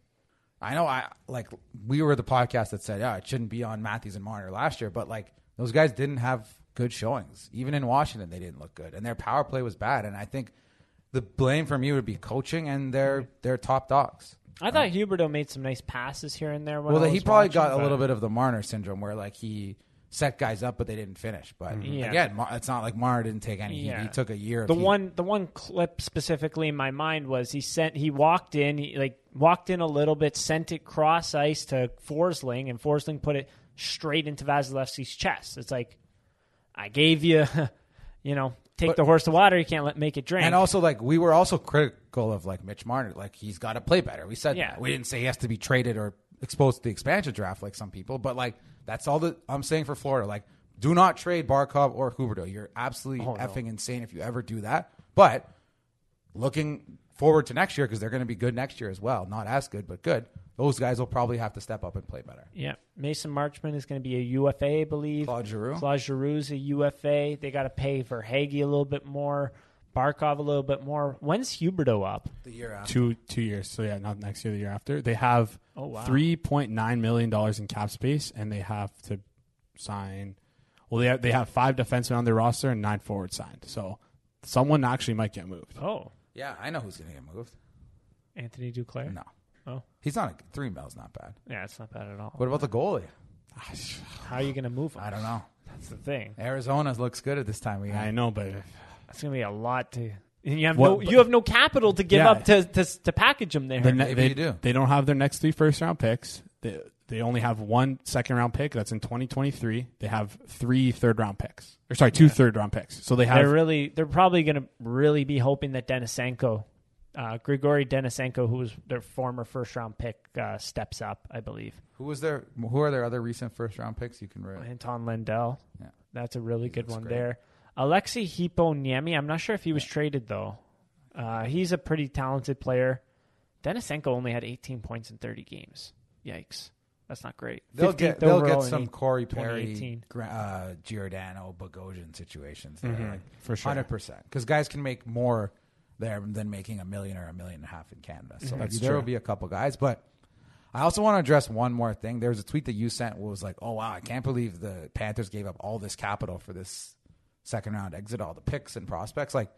C: I know, I like we were the podcast that said, "Yeah, it shouldn't be on Matthews and Marner last year," but like those guys didn't have good showings. Even in Washington, they didn't look good, and their power play was bad. And I think the blame for me would be coaching and their their top dogs.
A: I thought Huberto made some nice passes here and there. When
C: Um, Well,
A: I
C: he
A: was
C: probably
A: watching,
C: got a
A: but-
C: little bit of the Marner syndrome, where like he set guys up, but they didn't finish. But
A: Mm-hmm. Yeah.
C: again, Mar- it's not like Marner didn't take any. heat.
A: Yeah.
C: He, took a year. of
A: The
C: heat.
A: one, the one clip specifically in my mind was he sent, he walked in, he like walked in a little bit, sent it cross ice to Forsling, and Forsling put it straight into Vasilevsky's chest. It's like, I gave you, you know, take
C: But-
A: the horse to water. You can't let make it drink.
C: And also, like we were also critical of like Mitch Marner, like he's got to play better. We said
A: Yeah.
C: that. we didn't say he has to be traded or exposed to the expansion draft like some people, but like that's all that I'm saying for Florida. Like, do not trade Barkov or Huberto. You're absolutely
A: Oh,
C: effing insane if you ever do that. But looking forward to next year because they're going to be good next year as well. Not as good, but good. Those guys will probably have to step up and play better.
A: yeah, Mason Marchman is going to be a UFA, I believe.
C: Claude Giroux.
A: Claude Giroux's a UFA. They got to pay for Hagee a little bit more, Barkov a little bit more. When's Huberto up?
C: The year after.
B: two two years. So yeah, not next year, the year after. They have
A: Oh, wow.
B: three point nine million dollars in cap space, and they have to sign. Well, they have, they have five defensemen on their roster and nine forwards signed. So someone actually might get moved.
A: Oh,
C: Yeah, I know who's going to get moved.
A: Anthony Duclair.
C: No,
A: Oh,
C: he's not. A, three mil's not bad.
A: yeah, it's not bad at all.
C: What about the goalie?
A: How are you going to move him?
C: I don't know.
A: That's the thing.
C: Arizona looks good at this time of year.
B: I know, but
A: It's going to be a lot to. And you have
B: What-
A: no you have no capital to give
B: Yeah.
A: up to, to to package them there.
B: the ne-
C: maybe
B: they
C: you do.
B: They don't have their next three first round picks. They they only have one second round pick that's in twenty twenty three. They have three third round picks, or sorry, two third round picks. So they have
A: they're really they're probably going to really be hoping that Denisenko, uh, Grigori Denisenko, who was their former first round pick, uh, steps up. I believe
C: Who was their? Who are their other recent first round picks? You can read.
A: Anton Lindell.
C: Yeah.
A: That's a really good
C: looks
A: one
C: great.
A: there. Alexi Hiponiemi. I'm not sure if he was traded though. Uh, he's a pretty talented player. Denisenko only had 18 points in 30 games. Yikes, that's not great.
C: They'll get
A: 15th
C: they'll
A: overall
C: get
A: in
C: some
A: eight-
C: Corey
A: 2018.
C: Perry, Gra- uh, Giordano, Bogosian situations. There, like
B: Mhm. for Mm-hmm. sure.
C: hundred percent. Because guys can make more there than making a million or a million and a half in Canada. So like,
B: That's
C: there will
B: true.
C: be a couple guys, but. I also want to address one more thing. There was a tweet that you sent where it was like, "Oh wow, I can't believe the Panthers gave up all this capital for this second round exit, all the picks and prospects." Like,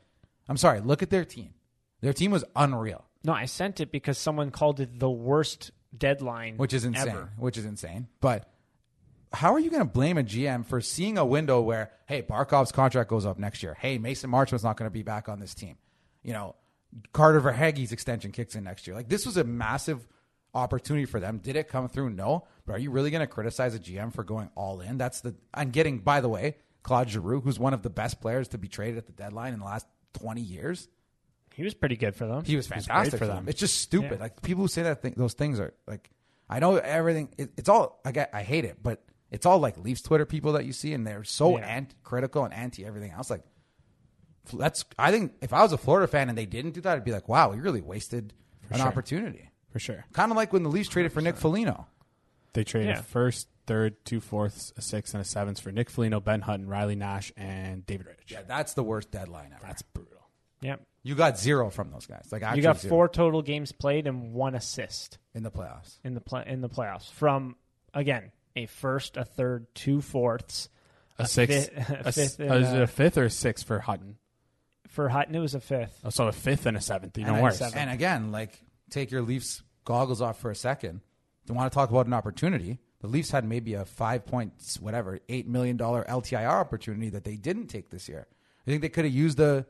C: I'm sorry, look at their team. Their team was unreal.
A: No, I sent it because someone called it the worst deadline,
C: which is insane.
A: ever.
C: Which is insane. But how are you going to blame a GM for seeing a window where, hey, Barkov's contract goes up next year. Hey, Mason Marchman's not going to be back on this team. You know, Carter Verhage's extension kicks in next year. Like this was a massive opportunity for them. Did it come through? No. But are you really going to criticize a GM for going all in? That's the and getting by the way, Claude Giroux, who's one of the best players to be traded at the deadline in the last 20 years.
A: He was pretty good for them.
C: He was fantastic for them. It's just stupid. Like people who say that thing, those things are like, I know everything. It, it's all I get. I hate it, but it's all like Leafs Twitter people that you see, and they're so
A: Yeah.
C: ant- critical and anti everything else. Like that's. I think if I was a Florida fan and they didn't do that, I'd be like, wow, we really wasted an opportunity.
B: for sure.
C: Kind of like when the Leafs traded for Nick Foligno.
B: They traded
A: Yeah.
B: a first, third, two fourths, a sixth, and a seventh for Nick Foligno, Ben Hutton, Riley Nash, and David Rich.
C: Yeah, that's the worst deadline ever.
B: That's brutal.
A: Yeah.
C: you got zero from those guys. Like actually
A: You got
C: zero
A: four total games played and one assist
C: in the playoffs.
A: in the play, in the playoffs from again a first, a third, two fourths
B: A sixth,
A: fifth- a
B: a s-
A: fifth and
B: uh, is it
A: a-
B: a fifth or a sixth for Hutton?
A: for Hutton. It was a fifth.
B: Oh, so a fifth and a seventh, even
C: and,
B: worse.
A: seventh.
C: and again, like take your Leafs goggles off for a second. They want to talk about an opportunity. The Leafs had maybe a five point whatever eight million dollar LTIR opportunity that they didn't take this year. I think they could have used the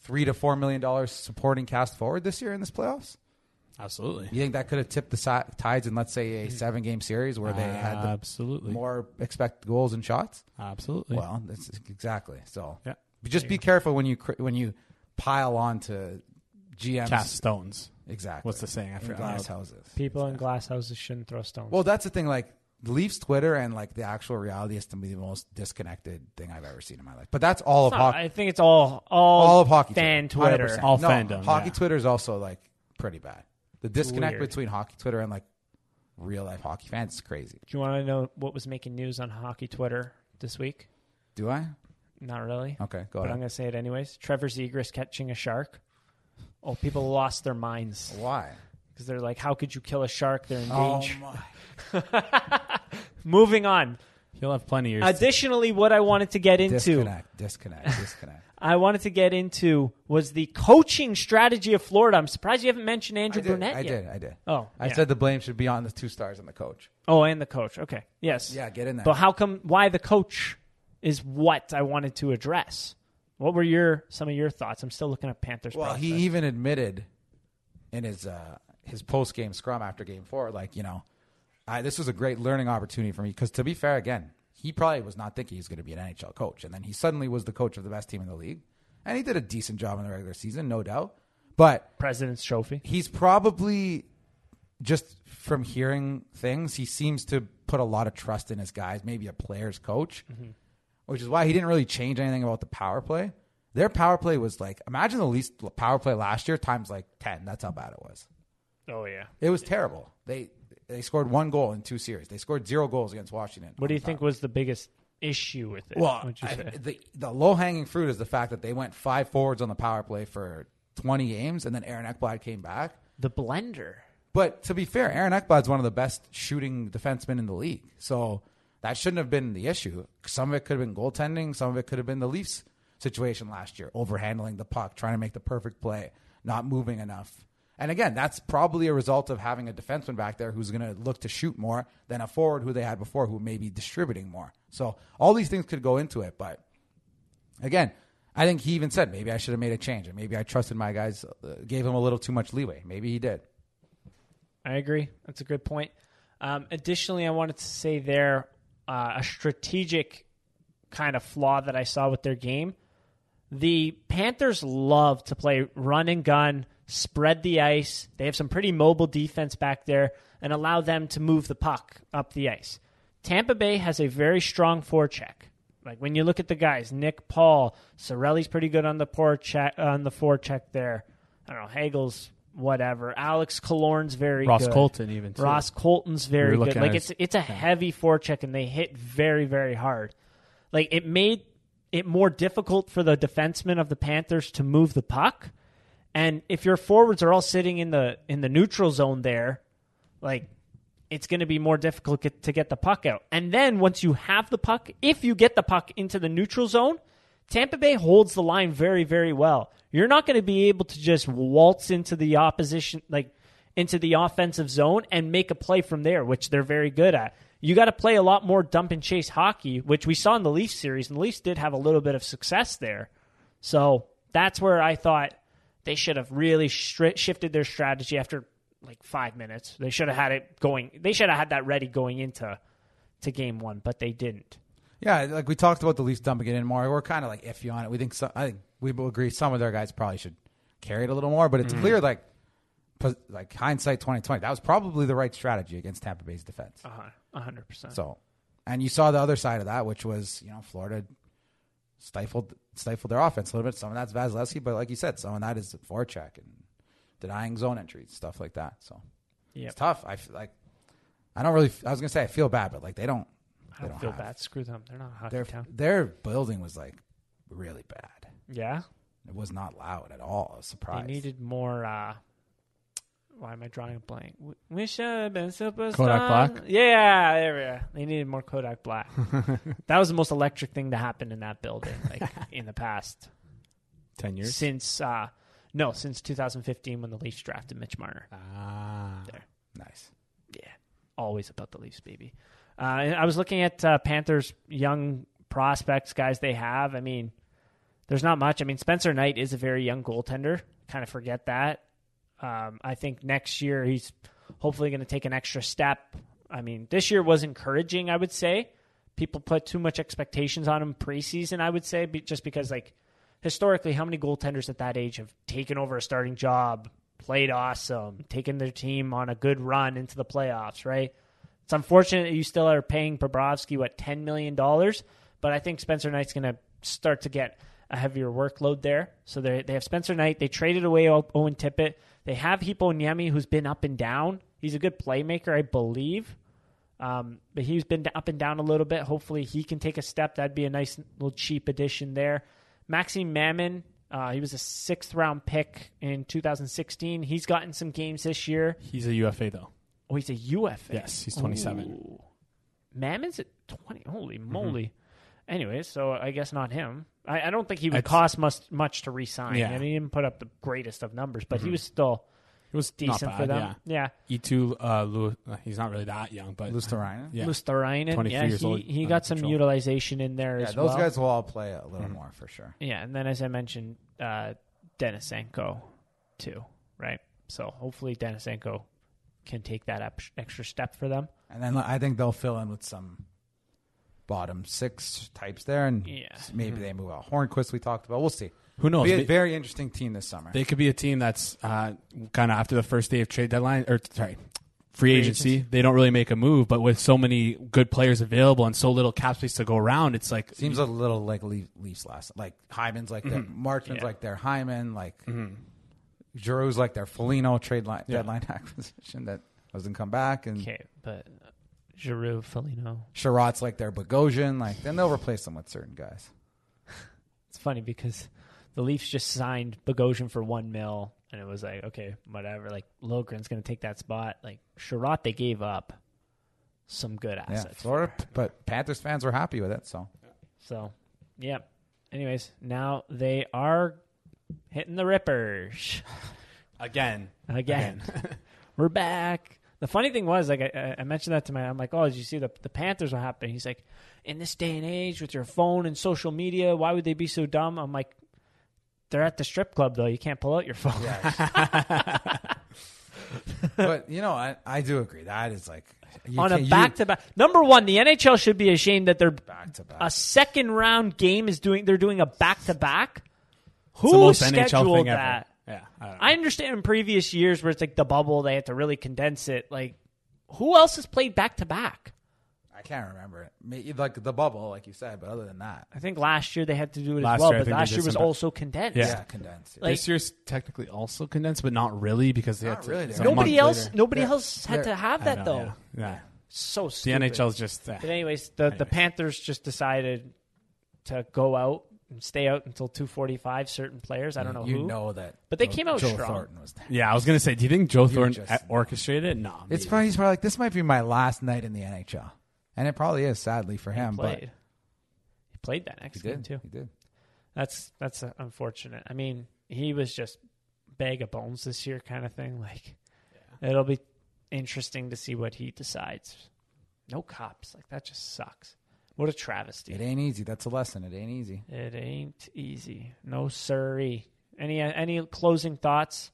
C: three to four million dollars supporting cast forward this year in this playoffs.
B: Absolutely.
C: You think that could have tipped the si- tides in let's say a seven game series where they had the
B: Mm. Absolutely.
C: more expected goals and shots?
B: Absolutely.
C: Well, that's exactly. So
B: Yeah.
C: But just be careful when you cr- when you pile on to GMs.
B: Cast stones.
C: Exactly.
B: What's the saying? I
C: in
B: forgot. Oh.
C: glass houses.
A: People in glass houses shouldn't throw stones.
C: Well, that's the thing. Like the Leafs Twitter and like the actual reality is to me the most disconnected thing I've ever seen in my life. But that's all
A: It's
C: of
A: not-
C: hockey.
A: I think it's all all,
C: All of hockey
A: fan
C: Twitter.
A: Twitter.
C: 100%.
B: All
C: no,
B: fandom,
C: Hockey
B: yeah.
C: Twitter is also like pretty bad. The disconnect
A: weird.
C: between hockey Twitter and like real life hockey fans is crazy.
A: Do you want to know what was making news on hockey Twitter this week?
C: Do I?
A: Not really,
C: Okay, go
A: but I'm
C: ahead.
A: going to say it anyways. Trevor Zegras catching a shark. Oh, people lost their minds
C: Why?
A: because they're like, "How could you kill a shark? They're in
C: Oh
A: danger."
C: my.
A: Moving on.
B: He'll have plenty of years. to-
A: Additionally, what I wanted to get into,
C: Disconnect, disconnect, disconnect.
A: I wanted to get into was the coaching strategy of Florida. I'm surprised you haven't mentioned
C: I
A: Andrew
C: did,
A: Burnett
C: I
A: yet.
C: did, I did.
A: Oh,
C: I
A: yeah.
C: said the blame should be on the two stars and the coach.
A: Oh, and the coach. Okay. Yes.
C: Yeah, get in there.
A: But how come? Why the coach is what I wanted to address. What were your some of your thoughts? I'm still looking at Panthers.
C: Well,
A: prospects.
C: he even admitted in his uh, his post game scrum after game four, like you know, I, this was a great learning opportunity for me because to be fair, again, he probably was not thinking he was going to be an NHL coach, and then he suddenly was the coach of the best team in the league, and he did a decent job in the regular season, no doubt. But
A: President's Trophy.
C: he's probably just from hearing things, he seems to put a lot of trust in his guys, maybe a player's coach,
A: Mm-hmm.
C: which is why he didn't really change anything about the power play. Their power play was like, imagine the least power play last year times like 10. That's how bad it was.
A: Oh yeah.
C: It was terrible. They they scored one goal in two series. They scored zero goals against Washington.
A: What do you think was the biggest issue with it?
C: Well,
A: would you
C: I-
A: say?
C: the the low hanging fruit is the fact that they went five forwards on the power play for 20 games and then Aaron Eckblad came back.
A: the blender.
C: But to be fair, Aaron Eckblad's one of the best shooting defensemen in the league. So that shouldn't have been the issue. Some of it could have been goaltending. Some of it could have been the Leafs situation last year, overhandling the puck, trying to make the perfect play, not moving enough. And again, that's probably a result of having a defenseman back there who's going to look to shoot more than a forward who they had before who may be distributing more. So all these things could go into it, but again, I think he even said maybe I should have made a change, or maybe I trusted my guys, uh, gave him a little too much leeway. Maybe he did.
A: I agree. That's a good point. Um, additionally, I wanted to say there uh, a strategic kind of flaw that I saw with their game. The Panthers love to play run and gun, spread the ice. They have some pretty mobile defense back there and allow them to move the puck up the ice. Tampa Bay has a very strong forecheck. Like when you look at the guys, Nick Paul, Sorelli's pretty good on the forecheck on the forecheck there. I don't know, Hagel's whatever. Alex Kalorn's very
B: Ross
A: good.
B: Colton, even. Too.
A: Ross Colton's very
B: We were
A: good.
B: looking
A: Like
B: at
A: it's
B: his-
A: it's a heavy forecheck, and they hit very very hard. Like it made it more difficult for the defensemen of the Panthers to move the puck. And if your forwards are all sitting in the in the neutral zone there, like it's going to be more difficult get, to get the puck out. And then once you have the puck, if you get the puck into the neutral zone, Tampa Bay holds the line very, very well. You're not going to be able to just waltz into the opposition, like into the offensive zone and make a play from there, which they're very good at. You got to play a lot more dump and chase hockey, which we saw in the Leafs series, and the Leafs did have a little bit of success there. So that's where I thought They should have really stri- shifted their strategy after like five minutes. They should have had it going. They should have had that ready going into to game one, but they didn't.
C: Yeah, like we talked about the Leafs dumping it in more. We're kind of like iffy on it. We think some, I think we will agree some of their guys probably should carry it a little more, but
A: Mm.
C: it's clear like pos- like hindsight twenty twenty that was probably the right strategy against Tampa Bay's defense.
A: Uh-huh. 100%.
C: So, and you saw the other side of that, which was you know Florida stifled stifled their offense a little bit. Some of that's Vasilevsky, but like you said, some of that is forecheck and denying zone entries, stuff like that. So
A: Yep.
C: it's tough. I f- like I don't really. f- I was gonna say I feel bad, but like they don't.
A: I don't
C: don't
A: feel
C: have-
A: bad. Screw them. They're not a hockey
C: Their
A: town.
C: their building was like really bad.
A: Yeah.
C: It was not loud at all. I was surprised.
A: They needed more. uh Why am I drawing a blank? W- We should have been superstars.
B: Kodak Black?
A: Yeah, there we are. They needed more Kodak Black. that was the most electric thing to happen in that building, like in the past
B: Ten years.
A: since. uh No, since 2015 when the Leafs drafted Mitch Marner.
B: Ah.
C: nice.
A: Yeah, always about the Leafs, baby. Uh, and I was looking at uh, Panthers' young prospects, guys they have. I mean, there's not much. I mean, Spencer Knight is a very young goaltender. Kind of forget that. Um, I think next year he's hopefully going to take an extra step. I mean, this year was encouraging, I would say. People put too much expectations on him preseason, I would say, be- just because, like, historically, how many goaltenders at that age have taken over a starting job, played awesome, taken their team on a good run into the playoffs, right? It's unfortunate that you still are paying Bobrovsky, what, $10 million? But I think Spencer Knight's going to start to get a heavier workload there. So they they have Spencer Knight. They traded away O- Owen Tippett. They have Hippo Niemi, who's been up and down. He's a good playmaker, I believe. Um, but he's been up and down a little bit. Hopefully, he can take a step. That'd be a nice little cheap addition there. Maxime Mammon, uh, he was a sixth round pick in 2016. He's gotten some games this year.
B: He's a UFA though.
A: Oh, he's a UFA.
B: Yes, he's 27.
A: Ooh. Mammon's at 20. Holy
B: Mm-hmm.
A: moly. Anyway, so I guess not him. I, I don't think he would
B: It's-
A: cost much, much to re-sign.
B: Yeah. Mm-hmm.
A: I mean, he didn't put up the greatest of numbers, but he was still
B: It was not
A: decent
B: bad,
A: for
B: Yeah.
A: them. Yeah.
B: E2, uh, Lew- uh, he's not really that young, but
C: Luz Ryan.
B: yeah.
A: Mustarainen,
B: 23
A: yeah,
B: years
A: he,
B: old,
A: he
B: under
A: got some
B: control.
A: utilization in there
C: Yeah,
A: as
C: those
A: well.
C: guys will all play a little more for sure.
A: Yeah, and then as I mentioned, uh, Denisenko too, right? So hopefully Denisenko can take that up, extra step for them.
C: And then like, I think they'll fill in with some bottom six types there, and
A: Yeah.
C: s- maybe they move out Hornquist. We talked about. We'll see.
B: Who knows?
C: Be a
B: They-
C: very interesting team this summer.
B: They could be a team that's uh, kind of after the first day of trade deadline or sorry, free agency. They don't really make a move, but with so many good players available and so little cap space to go around, it's like
C: Seems a little like Le- Leafs last. Like Hyman's like their Marchman's like their Hyman. Like Giroux's like their Foligno trade line deadline acquisition that doesn't come back,
B: Mm.
C: and
A: Okay, but Giroux, Felino.
C: Sherrod's like their Bogosian. Like then they'll replace them with certain guys.
A: It's funny because the Leafs just signed Bogosian for one mil, and it was like, okay, whatever. Like Logren's going to take that spot. Like Sherratt, they gave up some good
C: Yeah,
A: assets.
C: Florida, but Panthers fans were happy with it. So
A: So, yeah. Anyways, now they are hitting the rippers.
B: again.
A: again. We're back. The funny thing was, like I, I- I mentioned that to my, I'm like, oh, did you see the the Panthers? What happened? He's like, in this day and age with your phone and social media, why would they be so dumb? I'm like, they're at the strip club though. You can't pull out your phone.
C: but you know, I, I do agree that is like you
A: On a
C: can't- you-
A: back to back, number one, the NHL should be ashamed that they're
C: back to back.
A: a second round game is doing. They're doing a back to back.
B: It's
A: Who
B: the most NHL
A: scheduled
B: thing
A: that?
B: ever. Yeah, I, don't know.
A: I understand in previous years where it's like the bubble, they had to really condense it. Like, who else has played back to back?
C: I can't remember it. Maybe, like the bubble, like you said, but other than that,
A: I think last year they had to do it as
B: Last
A: well,
B: year, I
A: but
B: think they
A: last
B: did
A: year was
B: some-
A: also condensed.
B: Yeah.
C: yeah, condensed.
A: Like-
B: this year's technically also condensed, but not really because they
C: Not
B: had to,
C: really,
B: it's
C: they
B: a
C: don't.
A: Nobody
B: month
A: else,
B: later.
A: nobody
C: Yeah.
A: else had
C: Yeah.
A: to have
B: I
A: that
B: know,
A: though.
B: Yeah, yeah.
A: So
B: the
A: stupid.
B: NHL's just eh.
A: But anyways, the the Panthers just decided to go out and stay out until two forty five. Certain players, I don't know
C: you
A: who.
C: know that.
A: But they
C: Joe-
A: came out
C: Joe
A: strong.
C: Thornton was there.
B: Yeah, I was gonna say, do you think Joe Thornton
C: just-
B: eh, orchestrated it? No,
C: It's
B: maybe.
C: probably he's probably like this might be my last night in the NHL, and it probably is sadly for him. But
A: played. He played that
C: he
A: next game
C: did.
A: too.
C: He did.
A: That's that's uh, unfortunate. I mean, he was just bag of bones this year, kind of thing. Like, it'll be interesting to see what he decides. No cops, like that just sucks. What a travesty!
C: It ain't easy. That's a lesson. It ain't easy.
A: It ain't easy. No siree. Any any closing thoughts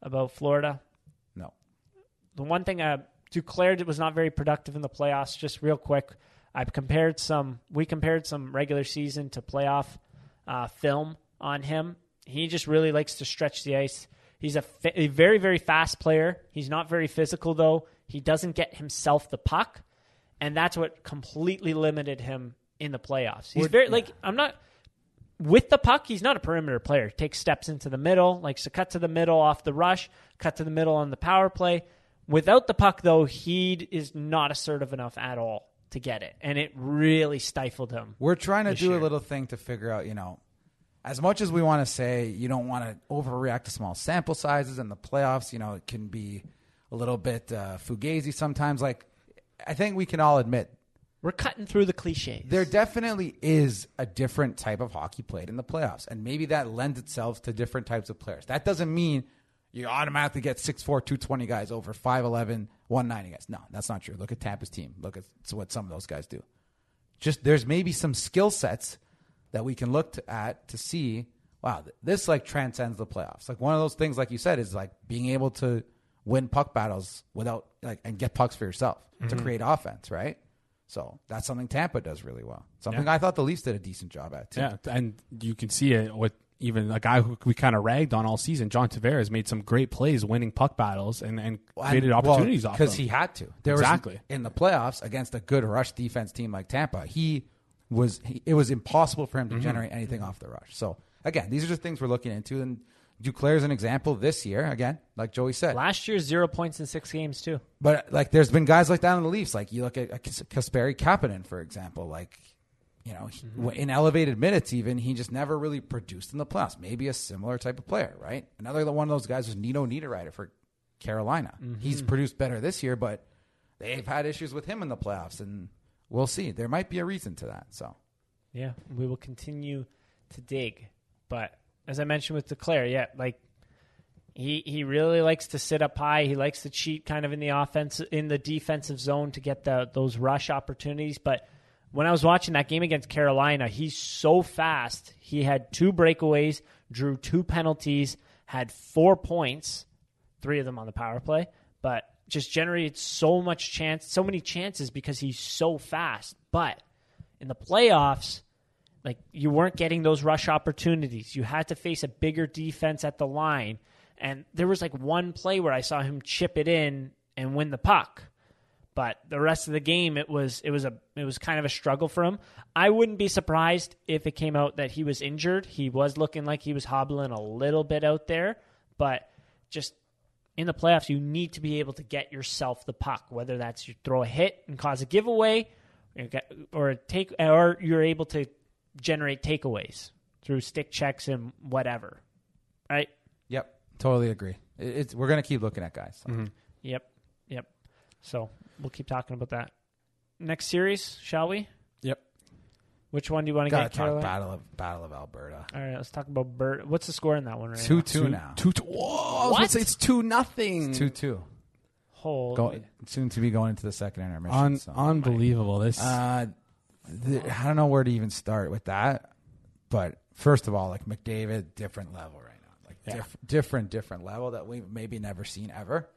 A: about Florida?
C: No.
A: The one thing uh, Duclair did- was not very productive in the playoffs. Just real quick, I've compared some. We compared some regular season to playoff uh, film on him. He just really likes to stretch the ice. He's a, fa- a very very fast player. He's not very physical though. He doesn't get himself the puck, and that's what completely limited him in the playoffs. He's very like I'm not with the puck, he's not a perimeter player. Takes steps into the middle, likes to cut to the middle off the rush, cut to the middle on the power play. Without the puck, though, he is not assertive enough at all to get it, and it really stifled him.
C: We're trying to
A: this
C: do
A: year.
C: a little thing to figure out, you know, as much as we want to say you don't want to overreact to small sample sizes and the playoffs, you know, it can be a little bit uh, fugazi sometimes. Like, I think we can all admit
A: We're cutting through the cliches.
C: there definitely is a different type of hockey played in the playoffs, and maybe that lends itself to different types of players. That doesn't mean you automatically get 6'4", 220 guys over 5'11", 190 guys. No, that's not true. Look at Tampa's team. Look at what some of those guys do. Just there's maybe some skill sets that we can look to, at to see. Wow, th- this like transcends the playoffs. Like one of those things, like you said, is like being able to win puck battles without like and get pucks for yourself to create offense, right? So that's something Tampa does really well. Something I thought the Leafs did a decent job at too.
B: Yeah, and you can see it with even a guy who we kind of ragged on all season, John Tavares, made some great plays, winning puck battles, and and created opportunities off
C: because
B: them.
C: he had to. There was-
B: Exactly.
C: in the playoffs against a good rush defense team like Tampa, he was he, it was impossible for him to
B: Mm-hmm.
C: generate anything off the rush. So again, these are just things we're looking into. And Duclair's an example this year again, like Joey said.
A: Last year, zero points in six games too.
C: But like, there's been guys like that in the Leafs. Like you look at uh, Kas- Kasperi Kapanen, for example. Like, you know, he, in elevated minutes, even he just never really produced in the playoffs. Maybe a similar type of player, right? Another one of those guys was Nino Niederreiter for Carolina. He's produced better this year, but they've had issues with him in the playoffs, and we'll see. There might be a reason to that. So
A: Yeah, we will continue to dig. But as I mentioned with Declare, yeah, like he he really likes to sit up high. He likes to cheat kind of in the offense in the defensive zone to get the those rush opportunities. But when I was watching that game against Carolina, he's so fast. He had two breakaways, drew two penalties, had four points, three of them on the power play, but just generated so much chance, so many chances because he's so fast. But in the playoffs, like you weren't getting those rush opportunities. You had to face a bigger defense at the line. And there was like one play where I saw him chip it in and win the puck. But the rest of the game it was it was a it was kind of a struggle for him. I wouldn't be surprised if it came out that he was injured. He was looking like he was hobbling a little bit out there, but just in the playoffs, you need to be able to get yourself the puck, whether that's you throw a hit and cause a giveaway, or get- or take, or you're able to generate takeaways through stick checks and whatever. Right?
C: yep, totally agree. It, it's we're gonna keep looking at guys. So.
A: Yep. Yep. So we'll keep talking about that. Next series, shall we?
B: Yep.
A: Which one do you want to
C: Gotta
A: get,
C: talk
A: Caroline?
C: battle of battle of Alberta.
A: All right, let's talk about Bert. What's the score in that one right
C: Two
A: now?
C: two now.
B: Two, two, whoa, I was gonna
A: What?
B: say it's two nothing.
C: Two two.
A: Hold.
C: Go, soon to be going into the second intermission.
B: Un-
C: so.
B: unbelievable. This
C: Uh, th- I don't know where to even start with that. But first of all, like McDavid, different level right now, like diff- different, different level that we've maybe never seen ever.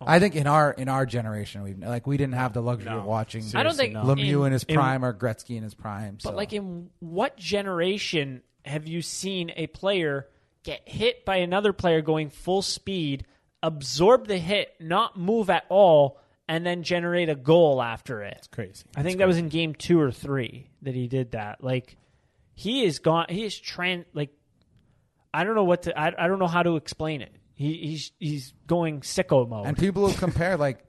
A: Oh.
C: I think in our in our generation, we've like we didn't have the luxury of watching.
A: I don't think
C: Lemieux in, his
A: in-
C: prime or Gretzky in his prime.
A: But
C: so.
A: like, in what generation have you seen a player get hit by another player going full speed, absorb the hit, not move at all, and then generate a goal after it?
B: crazy.
A: I think that was in game two or three that he did that. Like, he is gone. He is tran Like, I don't know what to. I, I don't know how to explain it. He, he's he's going sicko mode.
C: and people will compare like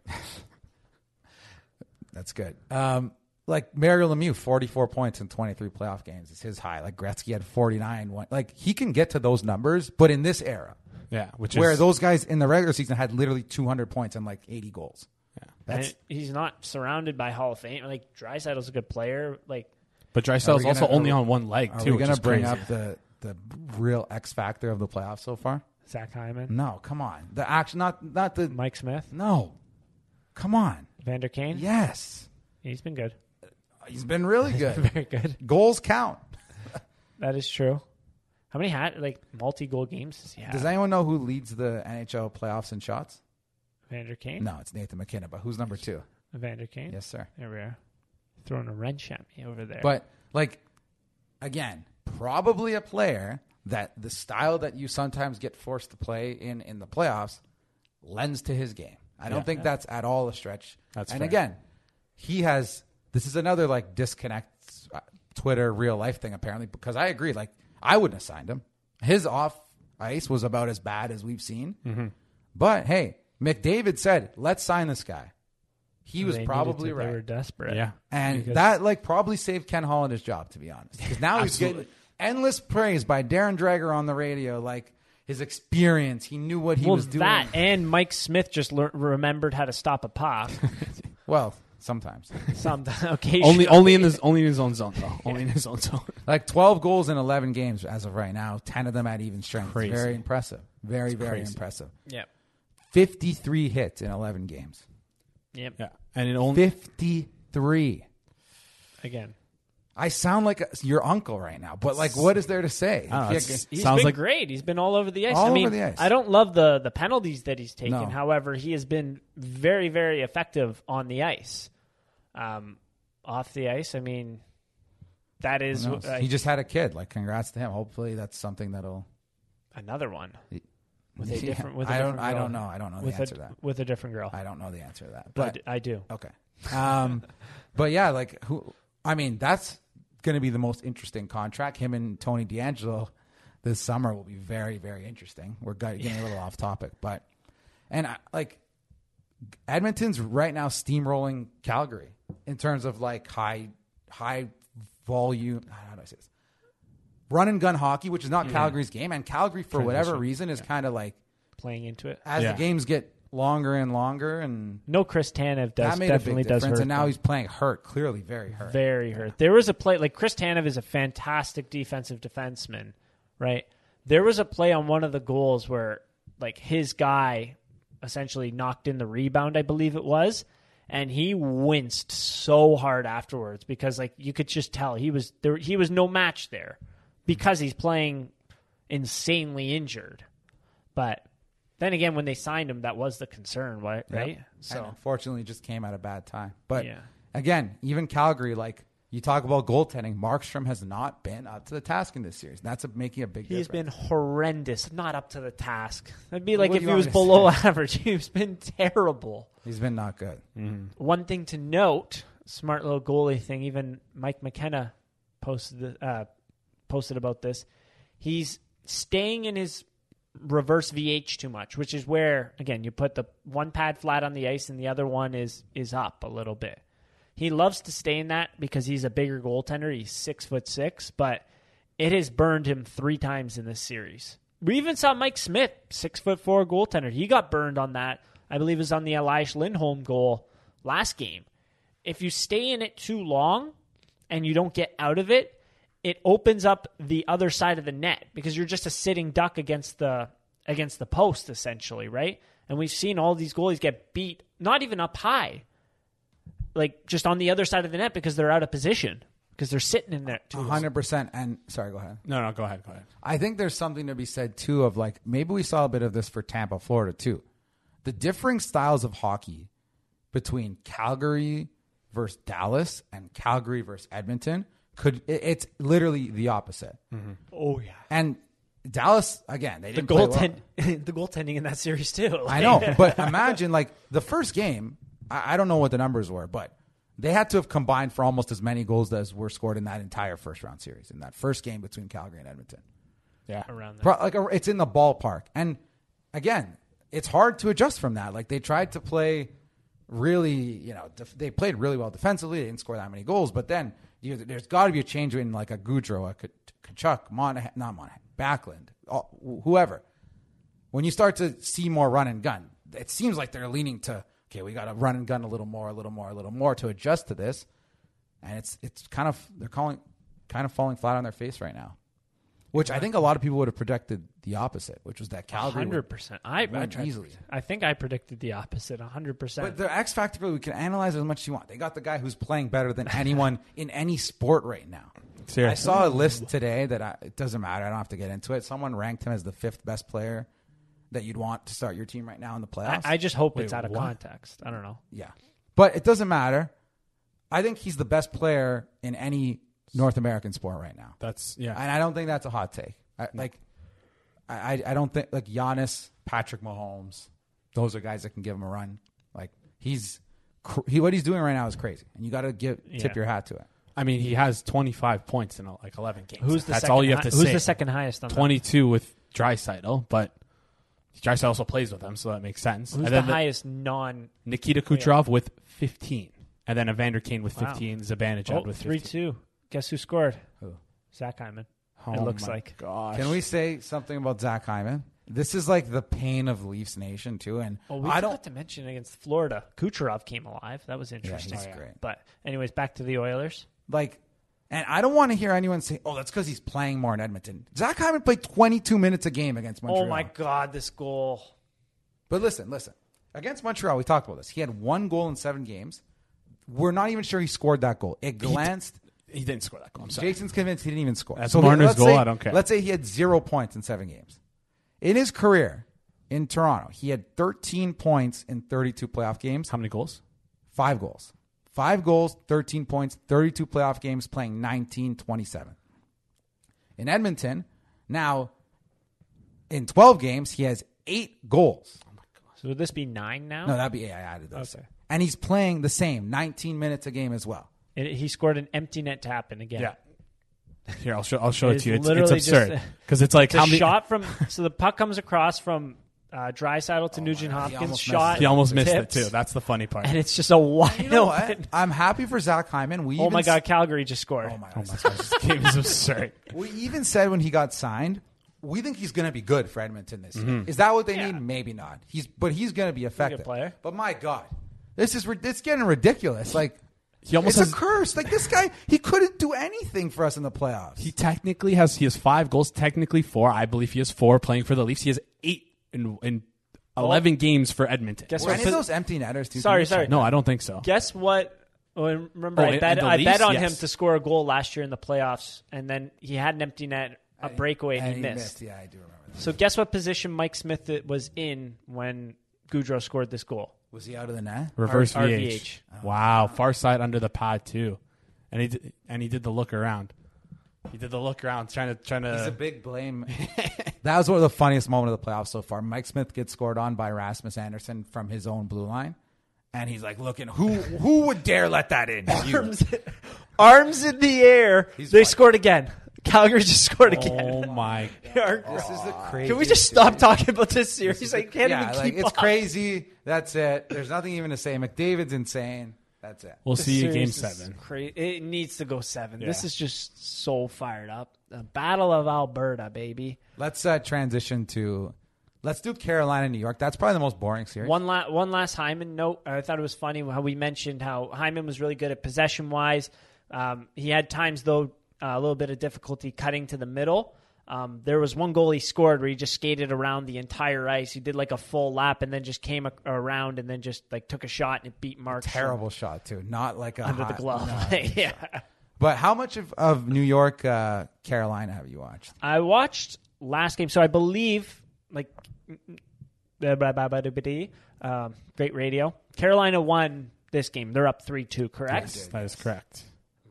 C: that's good. Um, like Mario Lemieux, forty-four points in twenty-three playoff games is his high. Like Gretzky had forty-nine. One, like he can get to those numbers, but in this era,
B: yeah, which
C: where
B: is
C: those guys in the regular season had literally 200 points and like 80 goals. Yeah, that's
A: And he's not surrounded by Hall of Fame. Like Drysaddle's a good player. Like
B: but
C: Are
B: Drysdale's
C: we
B: also
C: gonna-
B: only on one leg
C: are
B: too.
C: we
B: which
C: gonna
B: is
C: bring
B: crazy.
C: up the the real X factor of the playoffs so far?
A: Zach Hyman.
C: No, come on. The action, not not the
A: Mike Smith,
C: no, come on.
A: Vander Kane.
C: Yes,
A: He's been good.
C: he's been really good.
A: Very good.
C: goals count.
A: That is true. How many had like multi goal games does he have?
C: Does anyone know who leads the NHL playoffs in shots?
A: Vander Kane?
C: No, it's Nathan McKinnon, but who's number two?
A: Vander Kane?
C: Yes, sir.
A: There we are. Throwing a wrench at me over there.
C: But like again, probably a player that the style that you sometimes get forced to play in in the playoffs lends to his game. I don't
B: Yeah.
C: think that's at all a stretch.
B: That's
C: and
B: fair.
C: again, he has this is another like disconnect uh, Twitter real life thing apparently because I agree like I wouldn't have signed him. His off ice was about as bad as we've seen.
A: Mm-hmm.
C: But hey, McDavid said, "Let's sign this guy." He was
A: They needed
C: probably
A: to-
C: right.
A: They were desperate.
B: Yeah.
C: And
A: Because-
C: that like probably saved Ken Holland his job, to be honest. Because now he's getting endless praise by Darren Dreger on the radio, like his experience. He knew what he
A: well,
C: was doing.
A: that and Mike Smith just lear- remembered how to stop a pop.
C: well, sometimes.
A: Some occasion.
B: Only, only in his, only in his own zone. Though. Only in his own zone.
C: like twelve goals in eleven games as of right now, ten of them at even strength.
B: Crazy.
C: Very impressive. Very, very
B: crazy.
C: impressive.
A: Yep.
C: Fifty three hits in eleven games.
A: Yep.
B: Yeah, and it only
C: Fifty three.
A: Again.
C: I sound like a, your uncle right now, but like, what is there to say?
B: I don't know,
C: Yeah,
B: it's-
A: He's
B: sounds
A: been
B: like
A: great. He's been all over the ice.
C: All
A: I mean,
C: over the ice.
A: I don't love the the penalties that he's taken.
C: No.
A: However, he has been very, very effective on the ice. Um, off the ice, I mean, that is
C: who knows?
A: uh,
C: he just had a kid. Like, congrats to him. Hopefully, that's something that'll
A: another one with a
C: Yeah.
A: different. With a
C: I don't.
A: different
C: I
A: girl.
C: don't know. I don't know the
A: With
C: answer
A: a
C: to that.
A: with a different girl.
C: I don't know the answer to that.
A: I
C: But
A: d- I do.
C: okay. Um, but yeah, like who? I mean, that's going to be the most interesting contract. Him and Tony D'Angelo this summer will be very, very interesting. We're got- getting a little off topic, but and I, like Edmonton's right now steamrolling Calgary in terms of like high, high volume. How do I say this? Run and gun hockey, which is not Calgary's game, and Calgary for whatever reason is kind of like
A: Playing into it.
C: as
B: Yeah.
C: the games get longer and longer, and
A: No, Chris Tanev does
C: that made a
A: definitely
C: big
A: does
C: difference.
A: hurt.
C: And now
A: them.
C: he's playing hurt, clearly very hurt.
A: very hurt. There was a play like Chris Tanev is a fantastic defensive defenseman, right? There was a play on one of the goals where like his guy essentially knocked in the rebound, I believe it was, and he winced so hard afterwards because like you could just tell he was there he was no match there because he's playing insanely injured. But then again, when they signed him, that was the concern, right? Right?
C: So
A: So
C: unfortunately, it just came at a bad time. But
A: Yeah.
C: again, even Calgary, like you talk about goaltending, Markstrom has not been up to the task in this series. That's a, making a big
A: He's
C: difference.
A: been horrendous, not up to the task. That'd be like
C: What
A: if
C: do you
A: he
C: want
A: was
C: me to
A: below average. He's been terrible.
C: He's been not good.
A: One thing to note: smart little goalie thing. Even Mike McKenna posted the, uh, posted about this. He's staying in his reverse VH too much, which is where again you put the one pad flat on the ice and the other one is is up a little bit. He loves to stay in that because he's a bigger goaltender. He's six foot six, but it has burned him three times in this series. We even saw Mike Smith, six foot four goaltender. He got burned on that. I believe it was on the Elias Lindholm goal last game. If you stay in it too long and you don't get out of it, it opens up the other side of the net because you're just a sitting duck against the against the post essentially, right? And we've seen all these goalies get beat, not even up high, like just on the other side of the net because they're out of position because they're sitting in there. Too.
C: hundred percent. And sorry, go ahead.
B: no, no. Go ahead, go ahead.
C: I think there's something to be said too of like maybe we saw a bit of this for Tampa, Florida too. The differing styles of hockey between Calgary versus Dallas and Calgary versus Edmonton could it- it's literally the opposite.
A: Oh yeah.
C: And Dallas again, they
A: the
C: didn't play well.
A: goaltend the goaltending in that series too.
C: I
A: Like,
C: know, but imagine like the first game. I, I don't know what the numbers were, but they had to have combined for almost as many goals as were scored in that entire first round series in that first game between Calgary and Edmonton.
B: Yeah,
A: around that.
C: Pro- like a- it's in the ballpark, and again, it's hard to adjust from that. Like they tried to play really, you know, def- they played really well defensively. They didn't score that many goals, but then you, there's got to be a change in like a Goudreau, a K- Kachuk, Monahan, not Monahan, Backlund, all, wh- whoever when you start to see more run and gun, it seems like they're leaning to okay, we got to run and gun a little more, a little more, a little more to adjust to this, and it's it's kind of they're calling kind of falling flat on their face right now, which I think a lot of people would have projected the opposite, which was that Calgary. would-
A: hundred percent. I I,
C: win
A: tried-
C: easily.
A: I think I predicted the opposite. hundred
C: But
A: percent.
C: the X factor, we can analyze as much as you want. They got the guy who's playing better than anyone in any sport right now.
B: Seriously.
C: I saw a list today that I, it doesn't matter. I don't have to get into it. Someone ranked him as the fifth best player that you'd want to start your team right now in the
A: I,
C: playoffs.
A: I just hope it's
B: Wait,
A: out of
B: what?
A: context. I don't know.
C: yeah, but it doesn't matter. I think he's the best player in any North American sport right now.
B: That's yeah.
C: And I don't think that's a hot take. I, like, I, I- I don't think like Giannis, Patrick Mahomes, those are guys that can give him a run. Like he's cr- he what he's doing right now is crazy, and you got to give tip
A: Yeah.
C: your hat to it.
B: I mean, he has 25 points in like 11 games.
A: Who's the
B: That's
A: second
B: all you have
A: hi-
B: to
A: Who's
B: say.
A: the second highest on that?
B: 22 with Drysaitel, but Drysaitel also plays with him, so that makes sense.
A: Who's
B: and
A: the
B: then
A: highest non?
B: Nikita Kucherov with 15, and then Evander Kane with
A: Wow.
B: 15, Zibanejad
A: Oh,
B: with
A: 3
B: 15.
A: 2. Guess who scored?
C: Who?
A: Zach Hyman.
C: Oh
A: it looks
C: my
A: like.
B: Gosh.
C: Can we say something about Zach Hyman? This is like the pain of Leafs Nation too, and
A: Oh, we
C: I
A: I
C: don't.
A: forgot to mention against Florida, Kucherov came alive. That was
C: Yeah,
A: interesting.
C: he's great.
A: But anyways, back to the Oilers.
C: Like, and I don't want to hear anyone say, "Oh, that's because he's playing more in Edmonton." Zach Hyman played 22 minutes a game against Montreal.
A: Oh my God, this goal!
C: But listen, listen. Against Montreal, we talked about this. He had one goal in seven games. We're not even sure he scored that goal. It glanced.
B: He didn't score that goal. I'm sorry.
C: Jason's convinced he didn't even score.
B: That's
C: he-
B: Marner's
C: let's
B: goal,
C: say-
B: I don't care.
C: Let's say he had zero points in seven games. In his career in Toronto, he had 13 points in 32 playoff games,
B: How many goals?
C: five goals. Five goals, 13 points, 32 playoff games, playing 19, 27. In Edmonton, now in 12 games, he has eight goals.
A: So would this be nine now?
C: No, that'd be yeah, I added those.
A: Okay.
C: And he's playing the same, 19 minutes a game as well.
A: And he scored an empty net tap in again.
B: Here, I'll show, I'll show it
A: It's
B: to you. It's, it's
A: literally just
B: absurd.
A: a-
B: Because it's like
A: It's
B: how
A: a
B: many.
A: shot from so the puck comes across from uh, Drysaddle to Nugent
C: Oh God, he
A: Hopkins.
C: almost
A: Shot.
C: missed
B: He almost missed
A: tips,
B: it, too. That's the funny part.
A: And it's just a wide
C: You know
A: open.
C: what? I'm happy for Zach Hyman. We
A: Oh
C: even
A: my
C: s-
A: God, Calgary just scored.
C: Oh my God.
B: this game is absurd.
C: We even said when he got signed, we think he's going to be good for Edmonton this year. Is that what they
A: Yeah.
C: need? Maybe not. He's but he's going to be effective.
A: player.
C: But my God, this is rid- it's getting ridiculous. Like
B: He almost
C: it's
B: has-
C: a curse. Like this guy, he couldn't do anything for us in the playoffs.
B: He technically has he has five goals, technically four. I believe he has four playing for the Leafs. He has eight in in eleven games for Edmonton.
A: Guess
C: Were
A: what?
C: any of those empty netters? Too
A: Sorry, sorry.
B: No, I don't think so.
A: Guess what? Oh, and remember,
B: Oh,
A: I
B: and-
A: bet
B: and the
A: I
B: Leafs?
A: bet on
B: Yes.
A: him to score a goal last year in the playoffs, and then he had an empty net, a breakaway, and,
C: and
A: he, missed.
C: Yeah, I do remember that.
A: So guess what position Mike Smith was in when Goudreau scored this goal?
C: Was he out of the net?
B: Reverse
A: R-
B: VH.
A: RVH.
B: Wow, far side under the pod too, and he did, and he did the look around. He did the look around, trying to trying
A: Uh,
C: He's a
B: to.
C: big blame. that was one of the funniest moments of the playoffs so far. Mike Smith gets scored on by Rasmus Anderson from his own blue line, and he's like, "Looking, who who would dare let that in?" You.
A: Arms, arms in the air.
C: He's
A: they
C: white.
A: scored again. Calgary just scored again.
B: oh my!
A: Our-
C: This is the crazy.
A: Can we just stop talking about this series? I can't
C: yeah,
A: even
C: like,
A: keep
C: it's
A: up.
C: crazy. That's it. There's nothing even to say. McDavid's insane. That's it.
B: We'll
A: This
B: see you in game
A: series is
B: seven.
A: cra- it needs to go seven. This
B: Yeah.
A: is just so fired up. The Battle of Alberta, baby.
C: Let's uh, transition to. Let's do Carolina, New York. That's probably the most boring series.
A: One la- one last Hyman note. I thought it was funny how we mentioned how Hyman was really good at possession wise. Um, he had times though uh, a little bit of difficulty cutting to the middle. Um, there was one goal he scored where he just skated around the entire ice. He did like a full lap and then just came a- around and then just like took a shot and it beat Mark
C: terrible shot too. Not like a
A: under the
C: hot-
A: glove.
C: no.
A: yeah,
C: But how much of, of New York, uh, Carolina have you watched?
A: I watched last game, so I believe like um, great radio. Carolina won this game. They're up three two. Correct.
B: That is correct.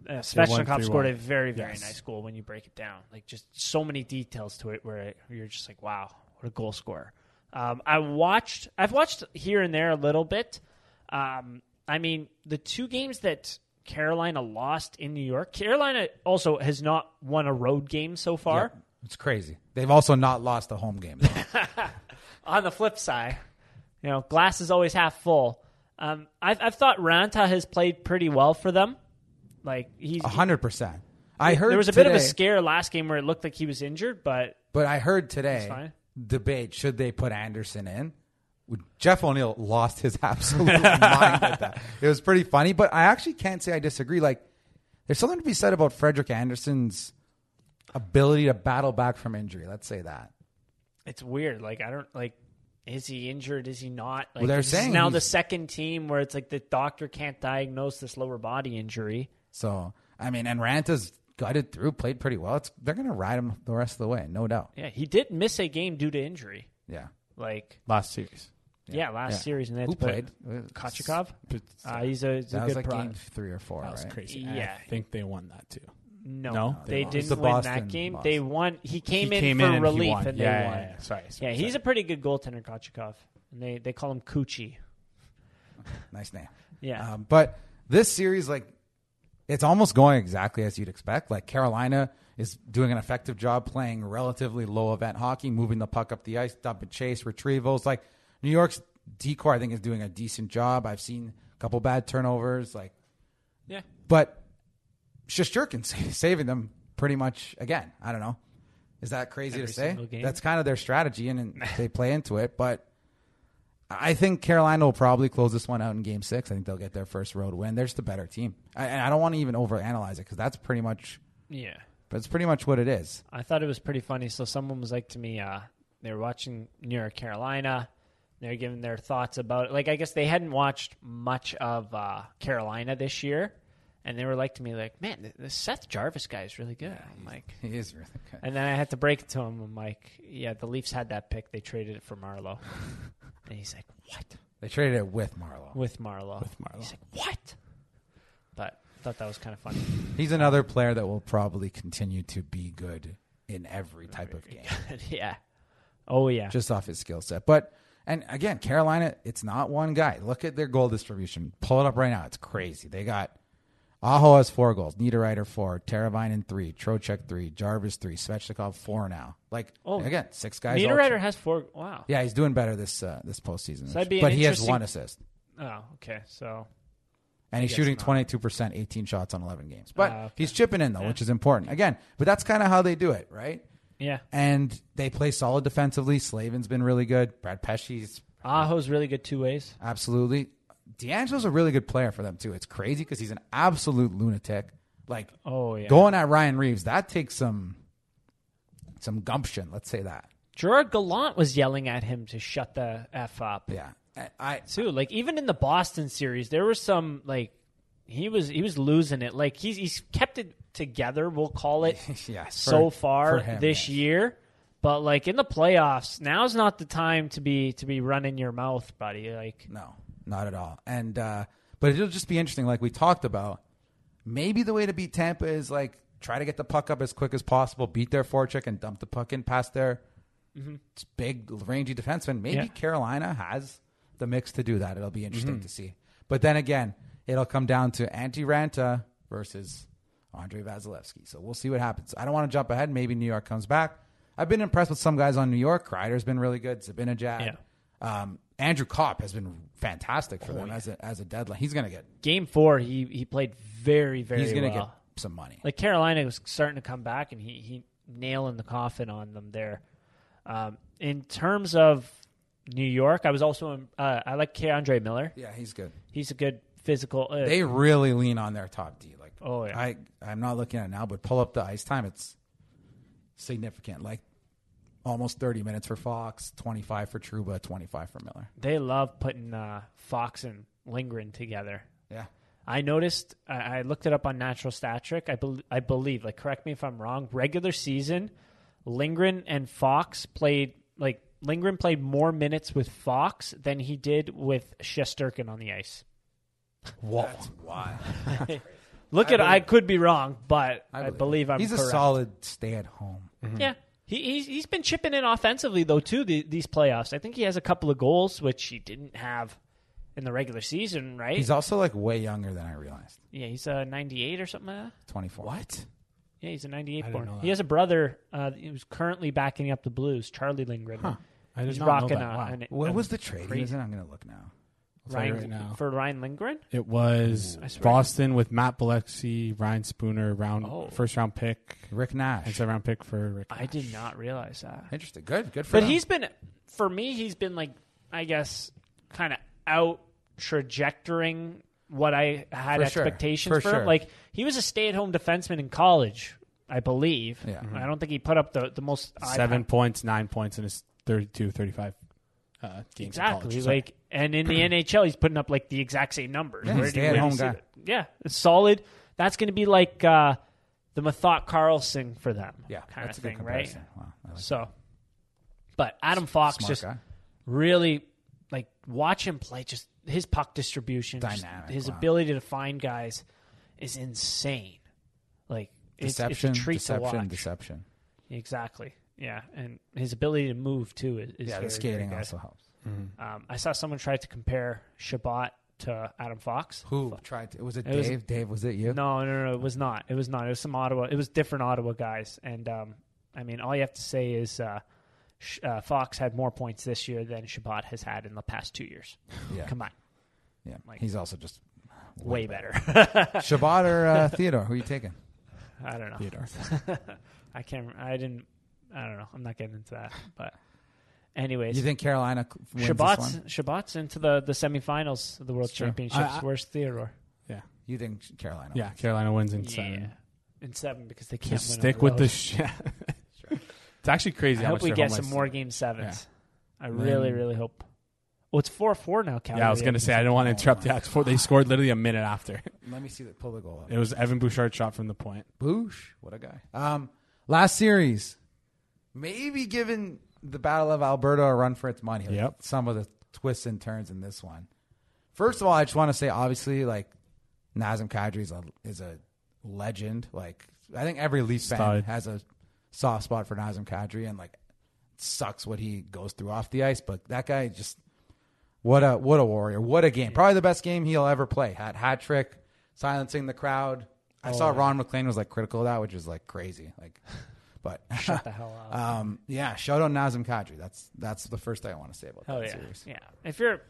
A: uh,
B: won
A: Svechnikov
B: 3-1.
A: scored a very, very
B: Yes.
A: nice goal when you break it down. Like just so many details to it where it- you're just like, wow, what a goal scorer. Um, I watched. I've watched here and there a little bit. Um, I mean, the two games that Carolina lost in New York. Carolina also has not won a road game so far.
C: It's crazy. They've also not lost a home game.
A: on the flip side, you know, glass is always half full. Um, I've, I've thought Ranta has played pretty well for them. Like he's
C: A hundred percent. I heard
A: there was a
C: today,
A: bit of a scare last game where it looked like he was injured, but
C: but I heard today
A: fine.
C: debate should they put Anderson in. Jeff O'Neill lost his absolute mind at that. It was pretty funny, but I actually can't say I disagree. Like, there's something to be said about Frederick Anderson's ability to battle back from injury. Let's say that.
A: it's weird. Like I don't like. Is he injured? Is he not? Like,
C: they're
A: this is
C: saying
A: now the
C: he's-
A: second team where it's like the doctor can't diagnose this lower body injury.
C: So I mean, and Ranta's gutted through, played pretty well. It's they're gonna ride him the rest of the way, no doubt.
A: Yeah, he did miss a game due to injury.
C: Yeah.
A: Like
B: Last series.
A: yeah, last
C: Yeah.
A: series and they had
C: Who
A: to put
C: played?
A: Kochikov. Uh, he's a, he's a
C: That
A: good
C: was like
A: pro-
C: game three or four,
B: That was
C: right?
B: crazy.
A: Yeah.
B: I think they won that too.
A: No,
B: No?
A: they,
B: They lost.
A: didn't
C: The
A: win
C: Boston-
A: that game.
C: Boston.
A: They won. He came
B: he
A: in
B: came
A: for
B: in and he
A: relief
B: won.
A: and
B: yeah,
A: they
B: yeah,
A: won.
B: Yeah, yeah. Sorry,
A: Yeah,
B: sorry,
A: he's a
B: sorry.
A: pretty good goaltender, Kochikov. And they, they call him Coochie.
C: Nice name.
A: Yeah.
C: Um, but this series, like, it's almost going exactly as you'd expect. Like Carolina is doing an effective job playing relatively low event hockey, moving the puck up the ice, dump and chase, retrievals. Like New York's decor, I think, is doing a decent job. I've seen a couple bad turnovers. Like,
A: yeah.
C: but Shosturkin saving them pretty much again. I don't know. Is that crazy
A: Every
C: to say?
A: single game?
C: That's kind of their strategy, and, and they play into it. But I think Carolina will probably close this one out in Game Six. I think they'll get their first road win. They're just a better team, I, and I don't want to even overanalyze it because that's pretty much
A: Yeah.
C: that's pretty much what it is.
A: I thought it was pretty funny. So someone was like to me, uh, they were watching New York, Carolina. They were giving their thoughts about it. Like, I guess they hadn't watched much of uh, Carolina this year. And they were like to me, like, man, th- the Seth Jarvis guy is really good. I'm like,
C: It is really good.
A: and then I had to break it to him. I'm like, yeah, the Leafs had that pick. They traded it for Marlowe. and he's like, what?
C: They traded it with Marlowe.
A: With Marlowe. With
B: Marlowe.
A: He's like, what? But I thought that was kind of funny.
C: He's another player that will probably continue to be good in every type of game.
A: yeah. Oh, yeah.
C: just off his skill set. But and again, Carolina, it's not one guy. Look at their goal distribution. Pull it up right now. It's crazy. They got Aho has four goals, Niederreiter four, Teravainen in three, Trocheck three, Jarvis three, Svechnikov four now. Like
A: Oh.
C: again, six guys. all-
A: Niederreiter has four. Wow.
C: Yeah, he's doing better this uh, this postseason.
A: So that'd be an
C: but he has
A: interesting-
C: one assist,
A: Oh, okay. So
C: and he's
A: guess
C: shooting
A: not.
C: twenty two percent, eighteen shots on eleven games. But
A: Ah, okay.
C: he's chipping in though,
A: Yeah.
C: which is important again. But that's kind of how they do it, right?
A: yeah,
C: And they play solid defensively. Slavin's been really good. Brad Pesci's
A: Aho's really good two ways.
C: Absolutely. D'Angelo's a really good player for them too. It's crazy because he's an absolute lunatic. Like
A: Oh yeah.
C: going at Ryan Reeves, that takes some some gumption. Let's say that.
A: Gerard Gallant was yelling at him to shut the f up
C: Yeah. I, I
A: too. Like even in the Boston series, there was some like he was he was losing it. Like he's he's kept it together. We'll call it
C: yeah.
A: so
C: for-
A: far
C: for him,
A: this
C: yeah.
A: year. But like in the playoffs, now's not the time to be to be running your mouth, buddy. Like
C: No, not at all. And uh, but it'll just be interesting. Like we talked about, maybe the way to beat Tampa is like try to get the puck up as quick as possible, beat their forecheck, and dump the puck in past their big rangy defenseman. Maybe
A: Mm-hmm. Yeah. Mm-hmm.
C: Carolina has the mix to do that. It'll be interesting to see. But then again, it'll come down to Antti Ranta versus Andre Vasilevsky. So we'll see what happens. I don't want to jump ahead. Maybe New York comes back. I've been impressed with some guys on New York. Kreider's been really good. Zabinajad.
A: Yeah.
C: Um, Andrew Kopp has been fantastic
A: Oh,
C: for them as a as a deadline. He's gonna get
A: game four, he he played very very.
C: he's gonna
A: well.
C: get some money.
A: like Carolina was starting to come back, and he he nail in the coffin on them there. Um, in terms of New York, I was also uh, I like Andre Miller.
C: yeah, he's good.
A: He's a good physical. Uh,
C: They really lean on their top D. Like
A: Oh, yeah.
C: I I'm not looking at it now, but pull up the ice time. It's significant. Like almost 30 minutes for Fox, 25 for Truba, 25 for Miller.
A: they love putting uh, Fox and Lindgren together.
C: Yeah,
A: I noticed. I, I looked it up on Natural Stat Trick. I, bel I believe. Like, correct me if I'm wrong. Regular season, Lindgren and Fox played like Lindgren played more minutes with Fox than he did with Shesterkin on the ice.
C: Whoa. that's wild.
A: Look at I could be wrong, but I believe, I'm
C: he's
A: correct. Mm-hmm.
C: a solid stay at home.
A: Yeah. He, he's, he's been chipping in offensively though too the, these playoffs. I think he has a couple of goals which he didn't have in the regular season, right?
C: He's also like way younger than I realized.
A: yeah, he's a 98 or something like that.
C: 24. What?
A: Yeah, he's a 98
B: didn't
A: born.
B: know that.
A: He has a brother uh, who's currently backing up the Blues, Charlie Lindgren.
B: I did
A: He's
B: not know
A: rocking
B: that.
A: a-
B: Wow.
A: an-
C: What
A: an-
C: was the trade? he was
A: crazy-
C: in? I'm gonna look now.
B: tell you
A: Ryan,
B: right now.
A: for Ryan Lindgren?
B: It was
A: I swear.
B: Boston with Matt Bilecki, Ryan Spooner, round
A: Oh.
B: first round pick
C: Rick
B: and
C: Nash.
B: second round pick for Rick.
A: I did not realize that.
C: Interesting. Good. Good for
A: But
C: them.
A: he's been, for me, he's been like, I guess, kind of out trajectoring what I had
C: For sure.
A: expectations
C: For
A: for,
C: sure.
A: him. Like he was a stay-at-home defenseman in college, I believe.
C: Yeah. Mhm.
A: I don't think he put up the the most eye-
B: Seven points, nine points in his 32, 35 uh, games. in
A: exactly.
B: college. So-
A: Like, and in the NHL, he's putting up like the exact same numbers.
C: Yeah,
A: Where
C: he's
A: do you-
C: a
A: where do you
C: stay-at-home
A: see
C: guy.
A: that? Yeah, it's solid. That's going to be like uh, the Mathot Carlson for them.
C: Yeah,
A: kind
C: that's
A: of
C: a good
A: thing, right?
C: comparison. Wow, I like
A: So, but Adam Fox
C: smart
A: just
C: guy.
A: really like watch him play. Just his puck distribution, just
C: Dynamic,
A: his
C: wow.
A: ability to find guys is insane. Like it's, it's a
C: deception,
A: treat to
C: deception,
A: watch.
C: deception.
A: Exactly. Yeah, and his ability to move too is, is
C: Yeah,
A: very,
C: the skating
A: very good.
C: also helps.
A: Um, I saw someone try to compare Shabbat to Adam Fox.
C: Who tried to? Was it,
A: It was-
C: Dave? Dave, was it you?
A: No, no, no, it was not. It was not. It was some Ottawa. It was different Ottawa guys. And um, I mean, all you have to say is uh, Sh- uh, Fox had more points this year than Shabbat has had in the past two years.
C: Yeah,
A: Come on,
C: yeah.
A: Mike.
C: He's also just
A: way better.
C: Shabbat or uh, Theodore. Who are you taking?
A: I don't know.
B: Theodore.
A: I can't. I didn't. I don't know. I'm not getting into that. But anyways,
C: You think Carolina c- wins this
A: Shabbat's
C: one?
A: Shabbat's into the the semifinals of the World
B: It's true.
A: Championships.
B: I- I-
A: Where's Theodore?
C: You think Carolina?
B: Yeah,
C: wins.
B: Carolina wins in seven.
A: in seven because they can't
B: Just
A: win on
B: stick
A: the
B: with
A: road.
B: the shit. it's actually crazy.
A: I
B: how
A: hope
B: much
A: we
B: their
A: get
B: home
A: some
B: ice-
A: more game sevens. I
C: And
A: really,
C: then-
A: really hope. Well, it's four four now, Calgary.
B: Yeah, I was gonna say I didn't want to interrupt. Yeah, it's four, they scored literally a minute after.
C: Let me see that. Pull the goal up.
B: It was Evan Bouchard shot from the point.
C: Boosh, what a guy. Um, last series, maybe giving the Battle of Alberta a run for its money. Like,
B: Yep.
C: Some of the twists and turns in this one. First of all, I just want to say, obviously, like Nazem Kadri is a is a legend. Like I think every Leaf fan
B: Stud.
C: has a soft spot for Nazem Kadri, and like it sucks what he goes through off the ice, but that guy just what a what a warrior! What a game! Probably the best game he'll ever play. Had hat trick, silencing the crowd. I
A: Oh,
C: saw Ron McLean was like critical of that, which is like crazy. Like, but
A: the hell out.
C: um, yeah, shout out Nazem Kadri. That's that's the first thing I want to say about
A: Hell
C: that
A: yeah,
C: series.
A: yeah. If you're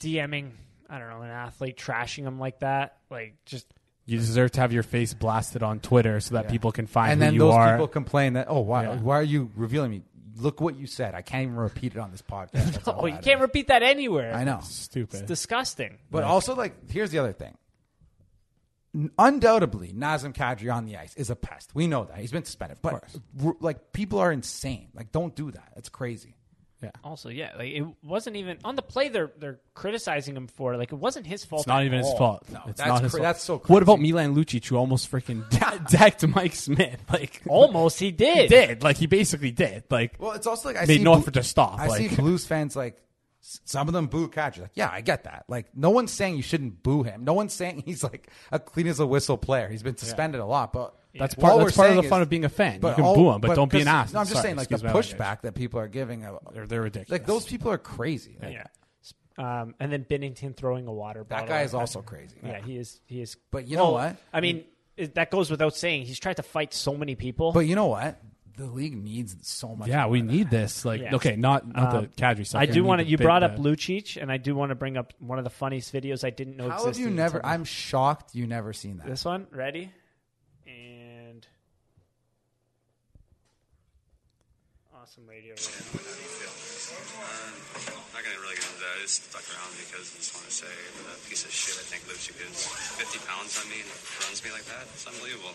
A: DMing, I don't know, an athlete trashing him like that, like just
B: You deserve to have your face blasted on Twitter so that
C: Yeah.
B: people can find
C: and
B: who
C: then
B: you
C: those
B: are.
C: people complain that oh why
B: Yeah.
C: why are you revealing me? Look what you said. I can't even repeat it on this podcast. That's how
A: oh, you
C: bad it
A: can't
C: is.
A: repeat that anywhere.
C: I know.
A: It's
B: Stupid.
A: disgusting.
C: But also, like, here's the other thing. N- Undoubtedly, Nazem Kadri on the ice is a pest. We know that he's been suspended, but r- like people are insane. Like, don't do that. It's crazy.
A: Also, yeah, like it wasn't even on the play. They're they're criticizing him for like it wasn't his fault.
B: It's not
A: at
B: even his
A: all.
B: fault.
C: Oh. No,
B: it's
C: that's
B: not his
C: cra-
B: fault.
C: that's so
B: What about
C: crazy.
B: Milan Lucic, who almost freaking de- decked Mike Smith? Like
A: Almost, he
B: he
A: did.
B: did. Like he basically did. Like
C: Oh. Well, it's also like I
B: Made
C: see
B: no
C: Blu-
B: effort to stop,
C: I see
B: like-
C: Blues fans like s- some of them boo Kadri. Like, yeah, I get that. Like, no one's saying you shouldn't boo him. No one's saying he's like a clean as a whistle player. He's been suspended a lot, but
B: that's
C: All
B: part.
C: we're
B: That's part of
C: saying
B: the fun
C: is-
B: of being a fan. You can
C: all-
B: boo him, but, don't be an
C: 'cause-
B: ass.
C: No, I'm just
B: Sorry,
C: saying, like the
B: excuse my language.
C: pushback that people are giving, uh,
B: They're, they're ridiculous.
C: like those people are crazy. Like,
A: Yeah. Um, and then Bennington throwing a water bottle.
C: That guy
A: at
C: is
A: him.
C: also crazy.
A: Yeah, he is. He is.
C: But you know what?
A: I mean, it, that goes without saying. He's tried to fight so many people.
C: But you know what? The league needs so much.
B: Yeah,
C: more
B: we
C: of
B: need this. Like,
A: Yeah.
B: okay, not
C: Um,
B: not the Kadri stuff.
A: I
B: We
A: do
B: need
A: want to.
B: the
A: You
B: big- uh,
A: brought up
B: the-
A: Lucic, and I do want to bring up one of the funniest videos I didn't know
C: that. How have
A: existed.
C: you
A: until
C: never?
A: now.
C: I'm shocked you never seen that.
A: this one ready, and awesome radio. Right now.
D: I'm not gonna really get into that. I just stuck around because I just want to say that that piece of shit. I think Lucic is 50 pounds on me and runs me like that. It's unbelievable.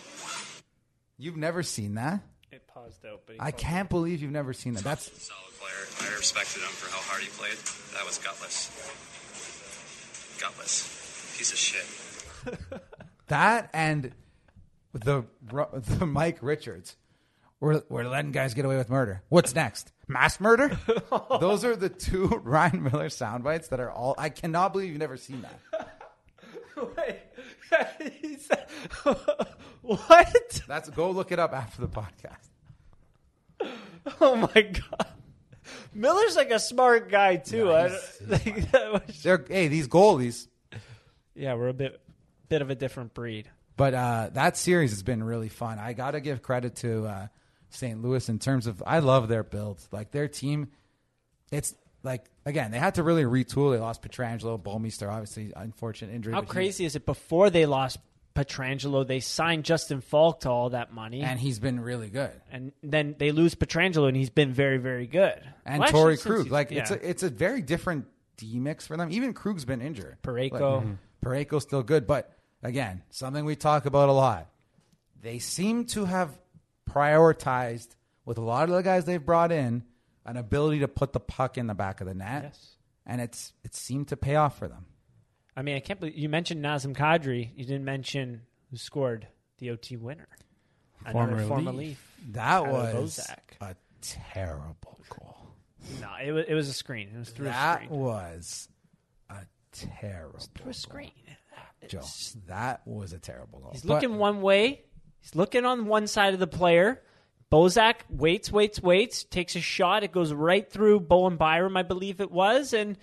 C: You've never seen that.
A: It paused out, but he
C: I
A: paused
C: can't believe you've never seen that. That's
D: Solid player. I respected him for how hard he played. That was gutless. Gutless. Piece of shit.
C: that and the the Mike Richards. We're we're letting guys get away with murder. What's next? Mass murder? Those are the two Ryan Miller sound bites that are all. I cannot believe you've never seen that.
A: Wait. He said- what?
C: That's go look it up after the podcast.
A: Oh my god. Miller's like a smart guy too.
C: Yeah,
A: I
C: he's-
A: don't- like, that was-
C: They're, hey, these goalies.
A: yeah, we're a bit bit of a different breed.
C: But uh, that series has been really fun. I got to give credit to uh, St. Louis in terms of I love their build. Like their team, it's like again they had to really retool. They lost Petrangelo, Bomeister, obviously unfortunate injury.
A: How
C: but he-
A: crazy is it? Before they lost Petrangelo, they signed Justin Falk to all that money,
C: and
A: and,
C: he's been really good.
A: then they lose Petrangelo, and he's been very, very good.
C: And
A: Well, actually,
C: Torrey
A: since
C: Krug,
A: he's-
C: like
A: yeah.
C: it's a it's a very different D mix for them. Even Krug's been injured.
A: Pareko.
C: Like, Pareko's still good, but again, something we talk about a lot. They seem to have prioritized with a lot of the guys they've brought in an ability to put the puck in the back of the net.
A: Yes.
C: And it's it seemed to pay off for them.
A: I mean, I can't believe you mentioned Nazem Kadri. You didn't mention who scored the OT winner. Another
B: Former
A: former
B: leaf.
A: leaf.
C: That
A: Out of
C: was
A: Bozak.
C: a terrible goal.
A: No, it was, it was a screen. It was through a
C: That
A: screen.
C: was a terrible
A: Through a screen.
C: goal. That was a terrible goal.
A: He's
C: But-
A: looking one way. He's looking on one side of the player. Bozak waits, waits, waits, takes a shot. It goes right through Bowen Byram, I believe it was, and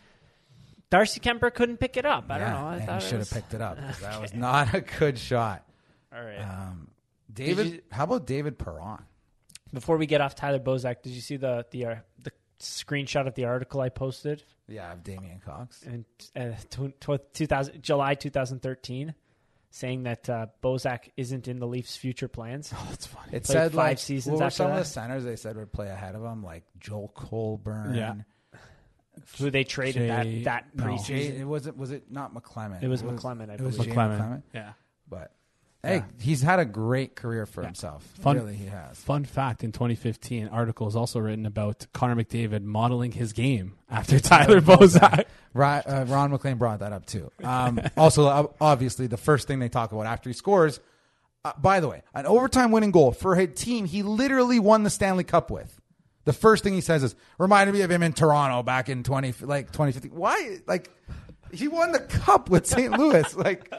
A: Darcy Kemper couldn't pick it up. I
C: yeah,
A: don't know. I
C: and
A: thought
C: he
A: it
C: should have
A: was-
C: picked it up. 'cause That was not a good shot.
A: All right.
C: Um, David,
A: you-
C: how about David Perron?
A: Before we get off Tyler Bozak, did you see the the uh, the screenshot of the article I posted
C: Yeah, of Damian Cox.
A: in uh, tw- tw- 2000, July 2013, saying that uh, Bozak isn't in the Leafs' future plans?
B: Oh, that's funny.
C: It
A: Played
C: said
A: five
C: like
A: seasons
C: what were
A: after
C: some
A: that?
C: of the centers they said would play ahead of him, like Joel Colburn.
B: Yeah.
A: Who they traded
B: Jay-
A: that that
B: no.
A: preseason?
C: Jay, it wasn't. Was it not McClement?
A: It was McClement, I
C: it was
A: believe.
C: Jay
B: McClement.
C: McClement.
B: Yeah.
C: But hey, he's had a great career for himself.
B: Fun-
C: Really, he has.
B: Fun fact: In 2015, an article is also written about Connor McDavid modeling his game after Tyler Bozak.
C: Ron, uh, Ron McLean brought that up too. Um, also, ob- obviously, the first thing they talk about after he scores. Uh, by the way, an overtime winning goal for a team he literally won the Stanley Cup with. The first thing he says is, "Reminded me of him in Toronto back in twenty like twenty fifteen. Why? Like he won the cup with St. Louis. Like,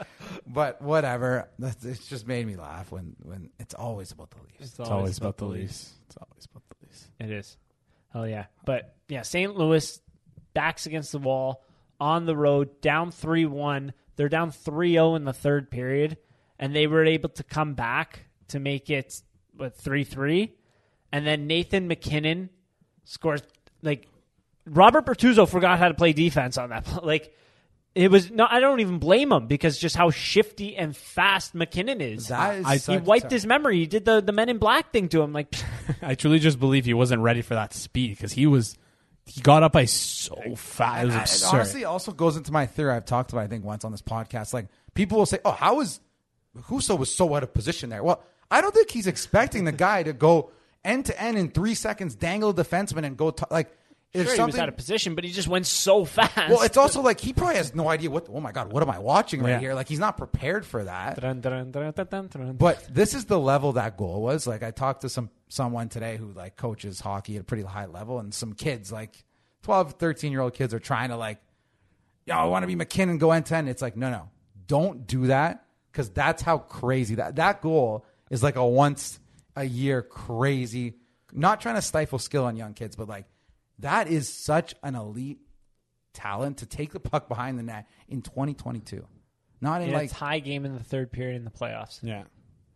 C: but whatever. That's, it's just made me laugh when when it's always about the Leafs.
B: It's always about the Leafs. It's always about the Leafs.
A: It is. Hell yeah. But yeah, St. Louis backs against the wall on the road, down 3 1. They're down 3 0 in the third period, and they were able to come back to make it what 3 3. And then Nathan McKinnon scores like Robert Bertuzzo forgot how to play defense on that. play. Like it was no, I don't even blame him because just how shifty and fast McKinnon is.
C: That is
A: he
C: such-
A: wiped his memory. He did the the Men in Black thing to him. Like
B: I truly just believe he wasn't ready for that speed because he was he got up by so fast. It was
C: And
B: absurd.
C: It honestly also goes into my theory I've talked about, I think, once on this podcast. Like, people will say, oh, how is Huso was so out of position there? Well, I don't think he's expecting the guy to go end to end in three seconds, dangle a defenseman, and go, t- like, if
A: sure,
C: something.
A: he was out of position, but he just went so fast.
C: well, it's also like he probably has no idea what, oh my God, what am I watching right
B: Yeah.
C: here? Like, he's not prepared for that.
A: Dun, dun, dun, dun, dun, dun.
C: But this is the level that goal was. Like I talked to some someone today who like coaches hockey at a pretty high level and some kids like 12, 13 year old kids are trying to like, yo, I want to be McKinnon, go end to end. It's like, no, no, don't do that because that's how crazy that that goal is like a once a year crazy. Not trying to stifle skill on young kids, but like that is such an elite talent to take the puck behind the net in 2022. Not in
A: And
C: like
A: it's high game in the third period in the playoffs.
B: yeah,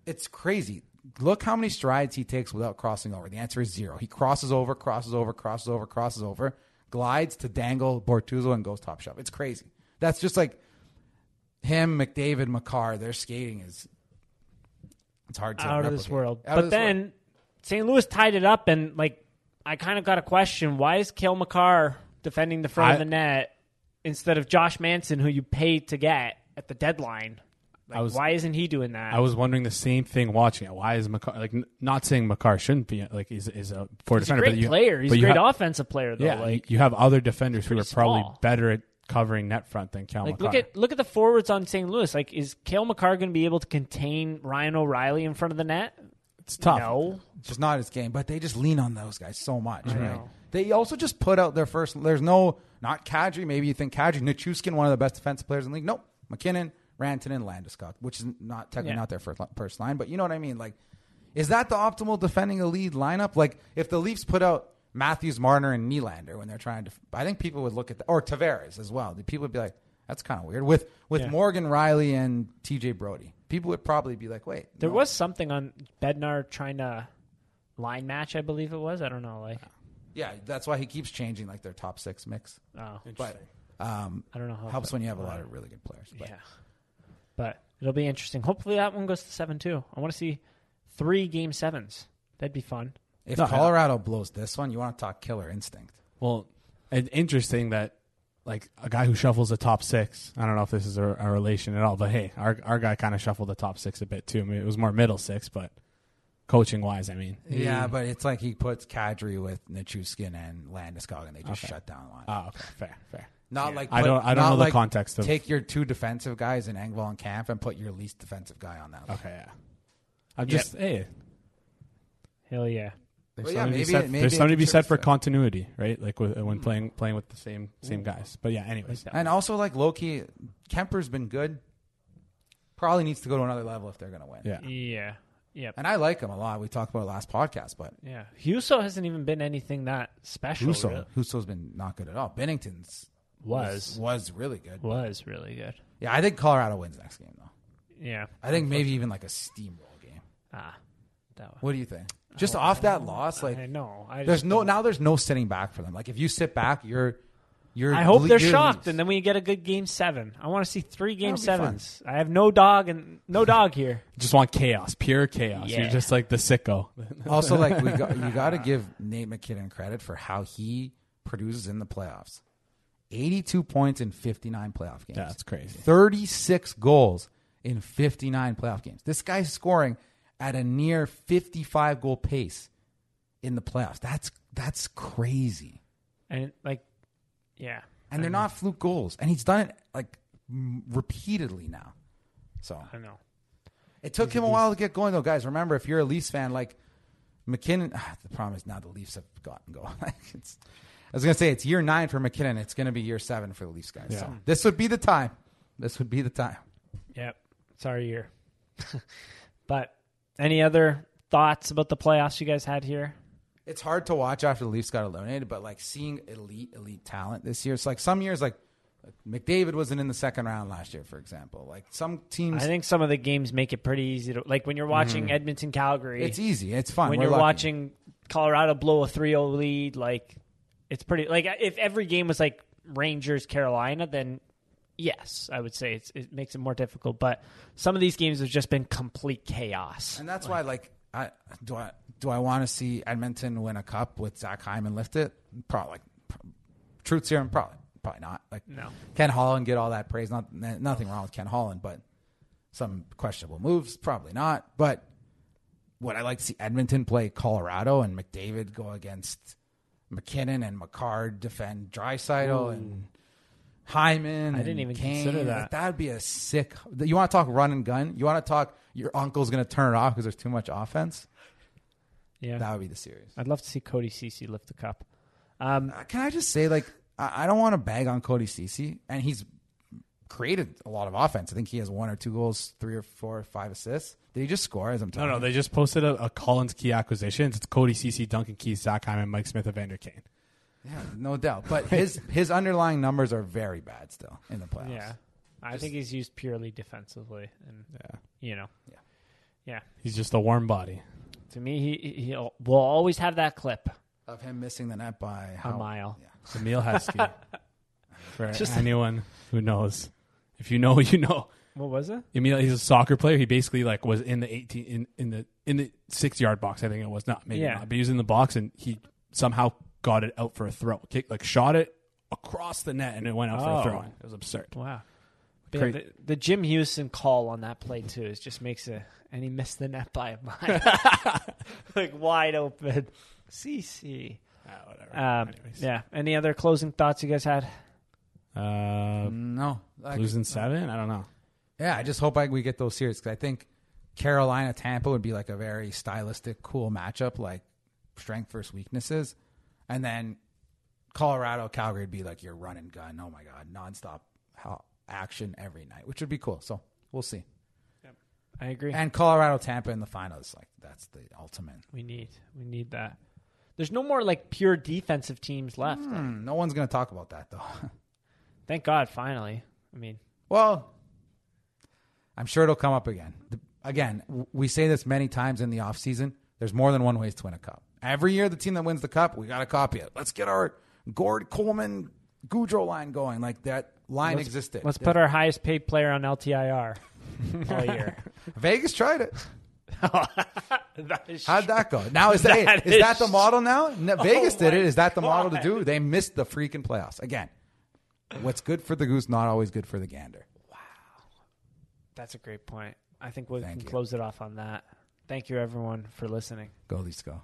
C: it's crazy. Look how many strides he takes without crossing over. The answer is zero. He crosses over, crosses over, crosses over, crosses over, glides to dangle Bortuzzo and goes top shelf. It's crazy. That's just like him, McDavid, McCarr. Their skating is it's hard to
A: Out of this
C: replicate.
A: world.
C: Out
A: but
C: of this
A: then
C: world.
A: St. Louis tied it up, and like I kind of got a question: Why is Kale McCarr defending the front of
B: I-
A: the net instead of Josh Manson, who you paid to get at the deadline? Like,
B: was-
A: why isn't he doing that?
B: I was wondering the same thing watching it. Why is Makar like n- not saying Makar shouldn't be like is is a poor
A: He's a
B: defender?
A: great
B: but you,
A: player. He's
B: but
A: a
B: you
A: great
B: have-
A: offensive player, though.
B: Yeah, you-
A: like,
B: you have other defenders who are
A: pretty
B: probably
A: small.
B: better at covering net front than Cal
A: Like
B: Makar.
A: look at look at the forwards on St. Louis. Like, is Kale McCarr going to be able to contain Ryan O'Reilly in front of the net?
B: it's tough.
A: No.
C: It's just not his game. But they just lean on those guys so much. right?
A: know.
C: They also just put out their first. There's no not Kadri. Maybe you think Kadri, Nichushkin, one of the best defensive players in the league. Nope, McKinnon, Rantanen, Landeskog, which is not technically
A: Yeah.
C: not their first, first line, but you know what I mean. Like, is that the optimal defending a lead lineup? Like, if the Leafs put out Matthews, Marner, and Nylander when they're trying to, I think people would look at that, or Tavares as well. The People would be like, that's kind of weird. With with
A: Yeah.
C: Morgan Riley and T.J. Brody, people would probably be like, wait,
A: There
C: no.
A: was something on Bednar trying to line match, I believe it was. I don't know, like
C: yeah, that's why he keeps changing like their top six mix.
A: oh,
C: but um,
A: I don't know how.
C: helps when you have a lot of really good players. But
A: yeah, but it'll be interesting. Hopefully that one goes to seven too. I want to see three game sevens. That'd be fun.
C: if
B: No, I-
C: Colorado blows this one, you want to talk killer instinct.
B: Well, and interesting that like a guy who shuffles the top six. I don't know if this is a, a relation at all, but hey, our our guy kind of shuffled the top six a bit too. I mean, it was more middle six, but coaching wise, I mean,
C: Yeah, but it's like he puts Kadri with Nichushkin and Landeskog, and they just shut down one.
B: Oh, okay, fair, fair.
C: not like
B: I
C: put-
B: don't- I don't
C: not
B: know the
C: like
B: context of-
C: Take your two defensive guys in Engvall and Camp, and put your least defensive guy on that. line.
B: Okay, yeah. I'm just hey,
A: Hell yeah.
B: There's,
C: Well, yeah,
B: something to be
C: maybe
B: said-
C: it- maybe
B: there's
C: it
B: something to be said for
C: contributes to it.
B: continuity, right? Like with, when
C: Mm-hmm.
B: playing playing with the same same guys. But yeah, anyways,
C: And also, like Loki, Kemper's been good. Probably needs to go to another level if they're going to win.
B: yeah.
A: Yeah. Yep.
C: And I like him a lot. We talked about it last podcast, but
A: Yeah. Huso hasn't even been anything that special.
C: Huso,
A: really.
C: Huso's been not good at all. Bennington's
A: Was.
C: was really good.
A: Was really good.
C: Yeah, I think Colorado wins next game though.
A: Yeah.
C: I think maybe even like a steamroll game.
A: Ah. That one.
C: What do you think? Just off that loss, like
A: I know. I
C: there's
A: just
C: no
A: don't-
C: now there's no sitting back for them. Like if you sit back, you're you're.
A: I hope
C: le-
A: they're
C: you're
A: shocked,
C: least.
A: and then we get a good game seven. I want to see three game
C: That'll be fun.
A: sevens. I have no dog and no dog here.
B: just want chaos, pure chaos.
A: Yeah.
B: You're just like the sicko.
C: also, like we got, you got to give Nate McKinnon credit for how he produces in the playoffs. 82 points in 59 playoff games.
B: That's crazy.
C: 36 goals in 59 playoff games. This guy's scoring at a near 55 goal pace in the playoffs. That's that's crazy.
A: And like, yeah,
C: And they're not fluke goals. And he's done it like m- repeatedly now. So
A: I know.
C: it took him a while to get going, though, guys. Remember, if you're a Leafs fan, like McKinnon, ah, the problem is now the Leafs have gotten going. Like it's, I was gonna say it's year nine for McKinnon. It's gonna be year seven for the Leafs guys. So
B: Yeah.
C: this would be the time. This would be the time.
A: Yep, it's our year. but any other thoughts about the playoffs you guys had here?
C: It's hard to watch after the Leafs got eliminated, but like seeing elite, elite talent this year. It's like some years, like McDavid wasn't in the second round last year, for example. Like some
A: I
C: teams,
A: think some of the games make it pretty easy to like when you're watching Edmonton Calgary.
C: Mm-hmm. it's easy. It's fun.
A: when
C: We're
A: you're
C: lucky.
A: watching Colorado blow a 3-0 lead, like it's pretty like if every game was like Rangers Carolina, then yes, I would say it's, it makes it more difficult. But some of these games have just been complete chaos.
C: and that's why, like, I do I do I want to see Edmonton win a cup with Zach Hyman lift it? Probably, like, pro- truth serum, probably, probably not. Like,
A: No.
C: Ken Holland get all that praise. Not n- nothing wrong with Ken Holland, but some questionable moves, probably not. But would I like to see Edmonton play Colorado and McDavid go against McKinnon and McCard defend Drysidle and Hyman? I
A: didn't even consider that.
C: That'd be a sick. You want to talk run and gun? You want to talk your uncle's going to turn it off because there's too much offense?
A: Yeah,
C: That would be the series.
A: I'd love to see Cody Cece lift the cup. Um,
C: Uh, Can I just say, like, I I don't want to bag on Cody Cece, and he's created a lot of offense. I think he has one or two goals, three or four, or five assists. Did he just score? As I'm
B: No,
C: talking,
B: no, they just posted a, a Collins key acquisitions. It's Cody CC, Duncan Keith, Zach Hyman, Mike Smith, Evander Kane.
C: yeah, no doubt. But his his underlying numbers are very bad still in the playoffs.
A: yeah, I think he's used purely defensively, and
B: Yeah.
A: you know,
C: Yeah.
A: yeah.
B: He's just a warm body.
A: To me, he he'll will always have that clip
C: of him missing the net by
A: a
C: how
A: mile.
C: Yeah.
B: Emil Heskey. For
A: Just-
B: anyone who knows. If you know, you know.
A: What was it?
B: Emil he's a soccer player. He basically like was in the eighteen in, in the in the six yard box, I think it was not, maybe
A: Yeah.
B: not. But he was in the box and he somehow got it out for a throw. Kick like shot it across the net and it went out for
A: Oh.
B: a throw in. It was absurd.
A: Wow. Yeah,
B: Cra-
A: the, the Jim Houston call on that play too is just makes it, and he missed the net by a mile, like wide open. CC.
B: Ah, whatever.
A: Um,
B: Anyways.
A: yeah. Any other closing thoughts you guys had?
B: Uh,
A: mm,
C: No, like,
B: losing seven? I don't know.
C: yeah, I just hope I, we get those series because I think Carolina Tampa would be like a very stylistic, cool matchup, like strength versus weaknesses, and then Colorado Calgary would be like your run and gun. Oh my god, nonstop how, action every night, which would be cool. So we'll see.
A: I agree.
C: And Colorado Tampa in the finals, like that's the ultimate.
A: we need we need that. There's no more like pure defensive teams left.
C: Hmm, no one's gonna talk about that though.
A: Thank God, finally. I mean,
C: Well, I'm sure it'll come up again. The- Again, w- we say this many times in the offseason. There's more than one ways to win a cup. Every year, the team that wins the cup, we got to copy it. Let's get our Gord Coleman Goudreau line going. Like that line existed.
A: let's put our highest paid player on LTIR all year.
C: Vegas tried it.
A: That is
C: How'd that go? Now is that, hey,
A: That
C: is, that
A: is- Oh
C: the model now? No, Vegas did
A: my
C: it. Is that the model to
A: God.
C: do? They missed the freaking playoffs again. What's good for the goose, not always good for the gander.
A: That's a great point. I think we
C: Thank
A: can
C: you.
A: close it off on that. Thank you, everyone, for listening.
C: Go Leafs, go.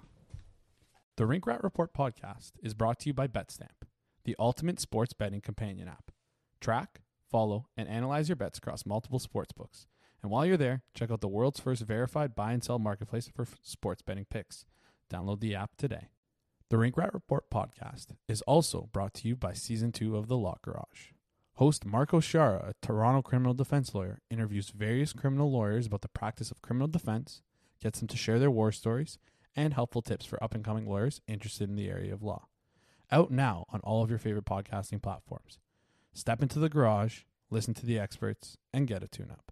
B: The Rink Rat Report podcast is brought to you by BetStamp, the ultimate sports betting companion app. Track, follow, and analyze your bets across multiple sports books. And while you're there, check out the world's first verified buy and sell marketplace for f- sports betting picks. Download the app today. The Rink Rat Report podcast is also brought to you by Season 2 of The Lock Garage. Host Marco Shara, a Toronto criminal defense lawyer, interviews various criminal lawyers about the practice of criminal defense, gets them to share their war stories, and helpful tips for up and coming lawyers interested in the area of law. Out now on all of your favorite podcasting platforms. Step into the garage, listen to the experts, and get a tune up.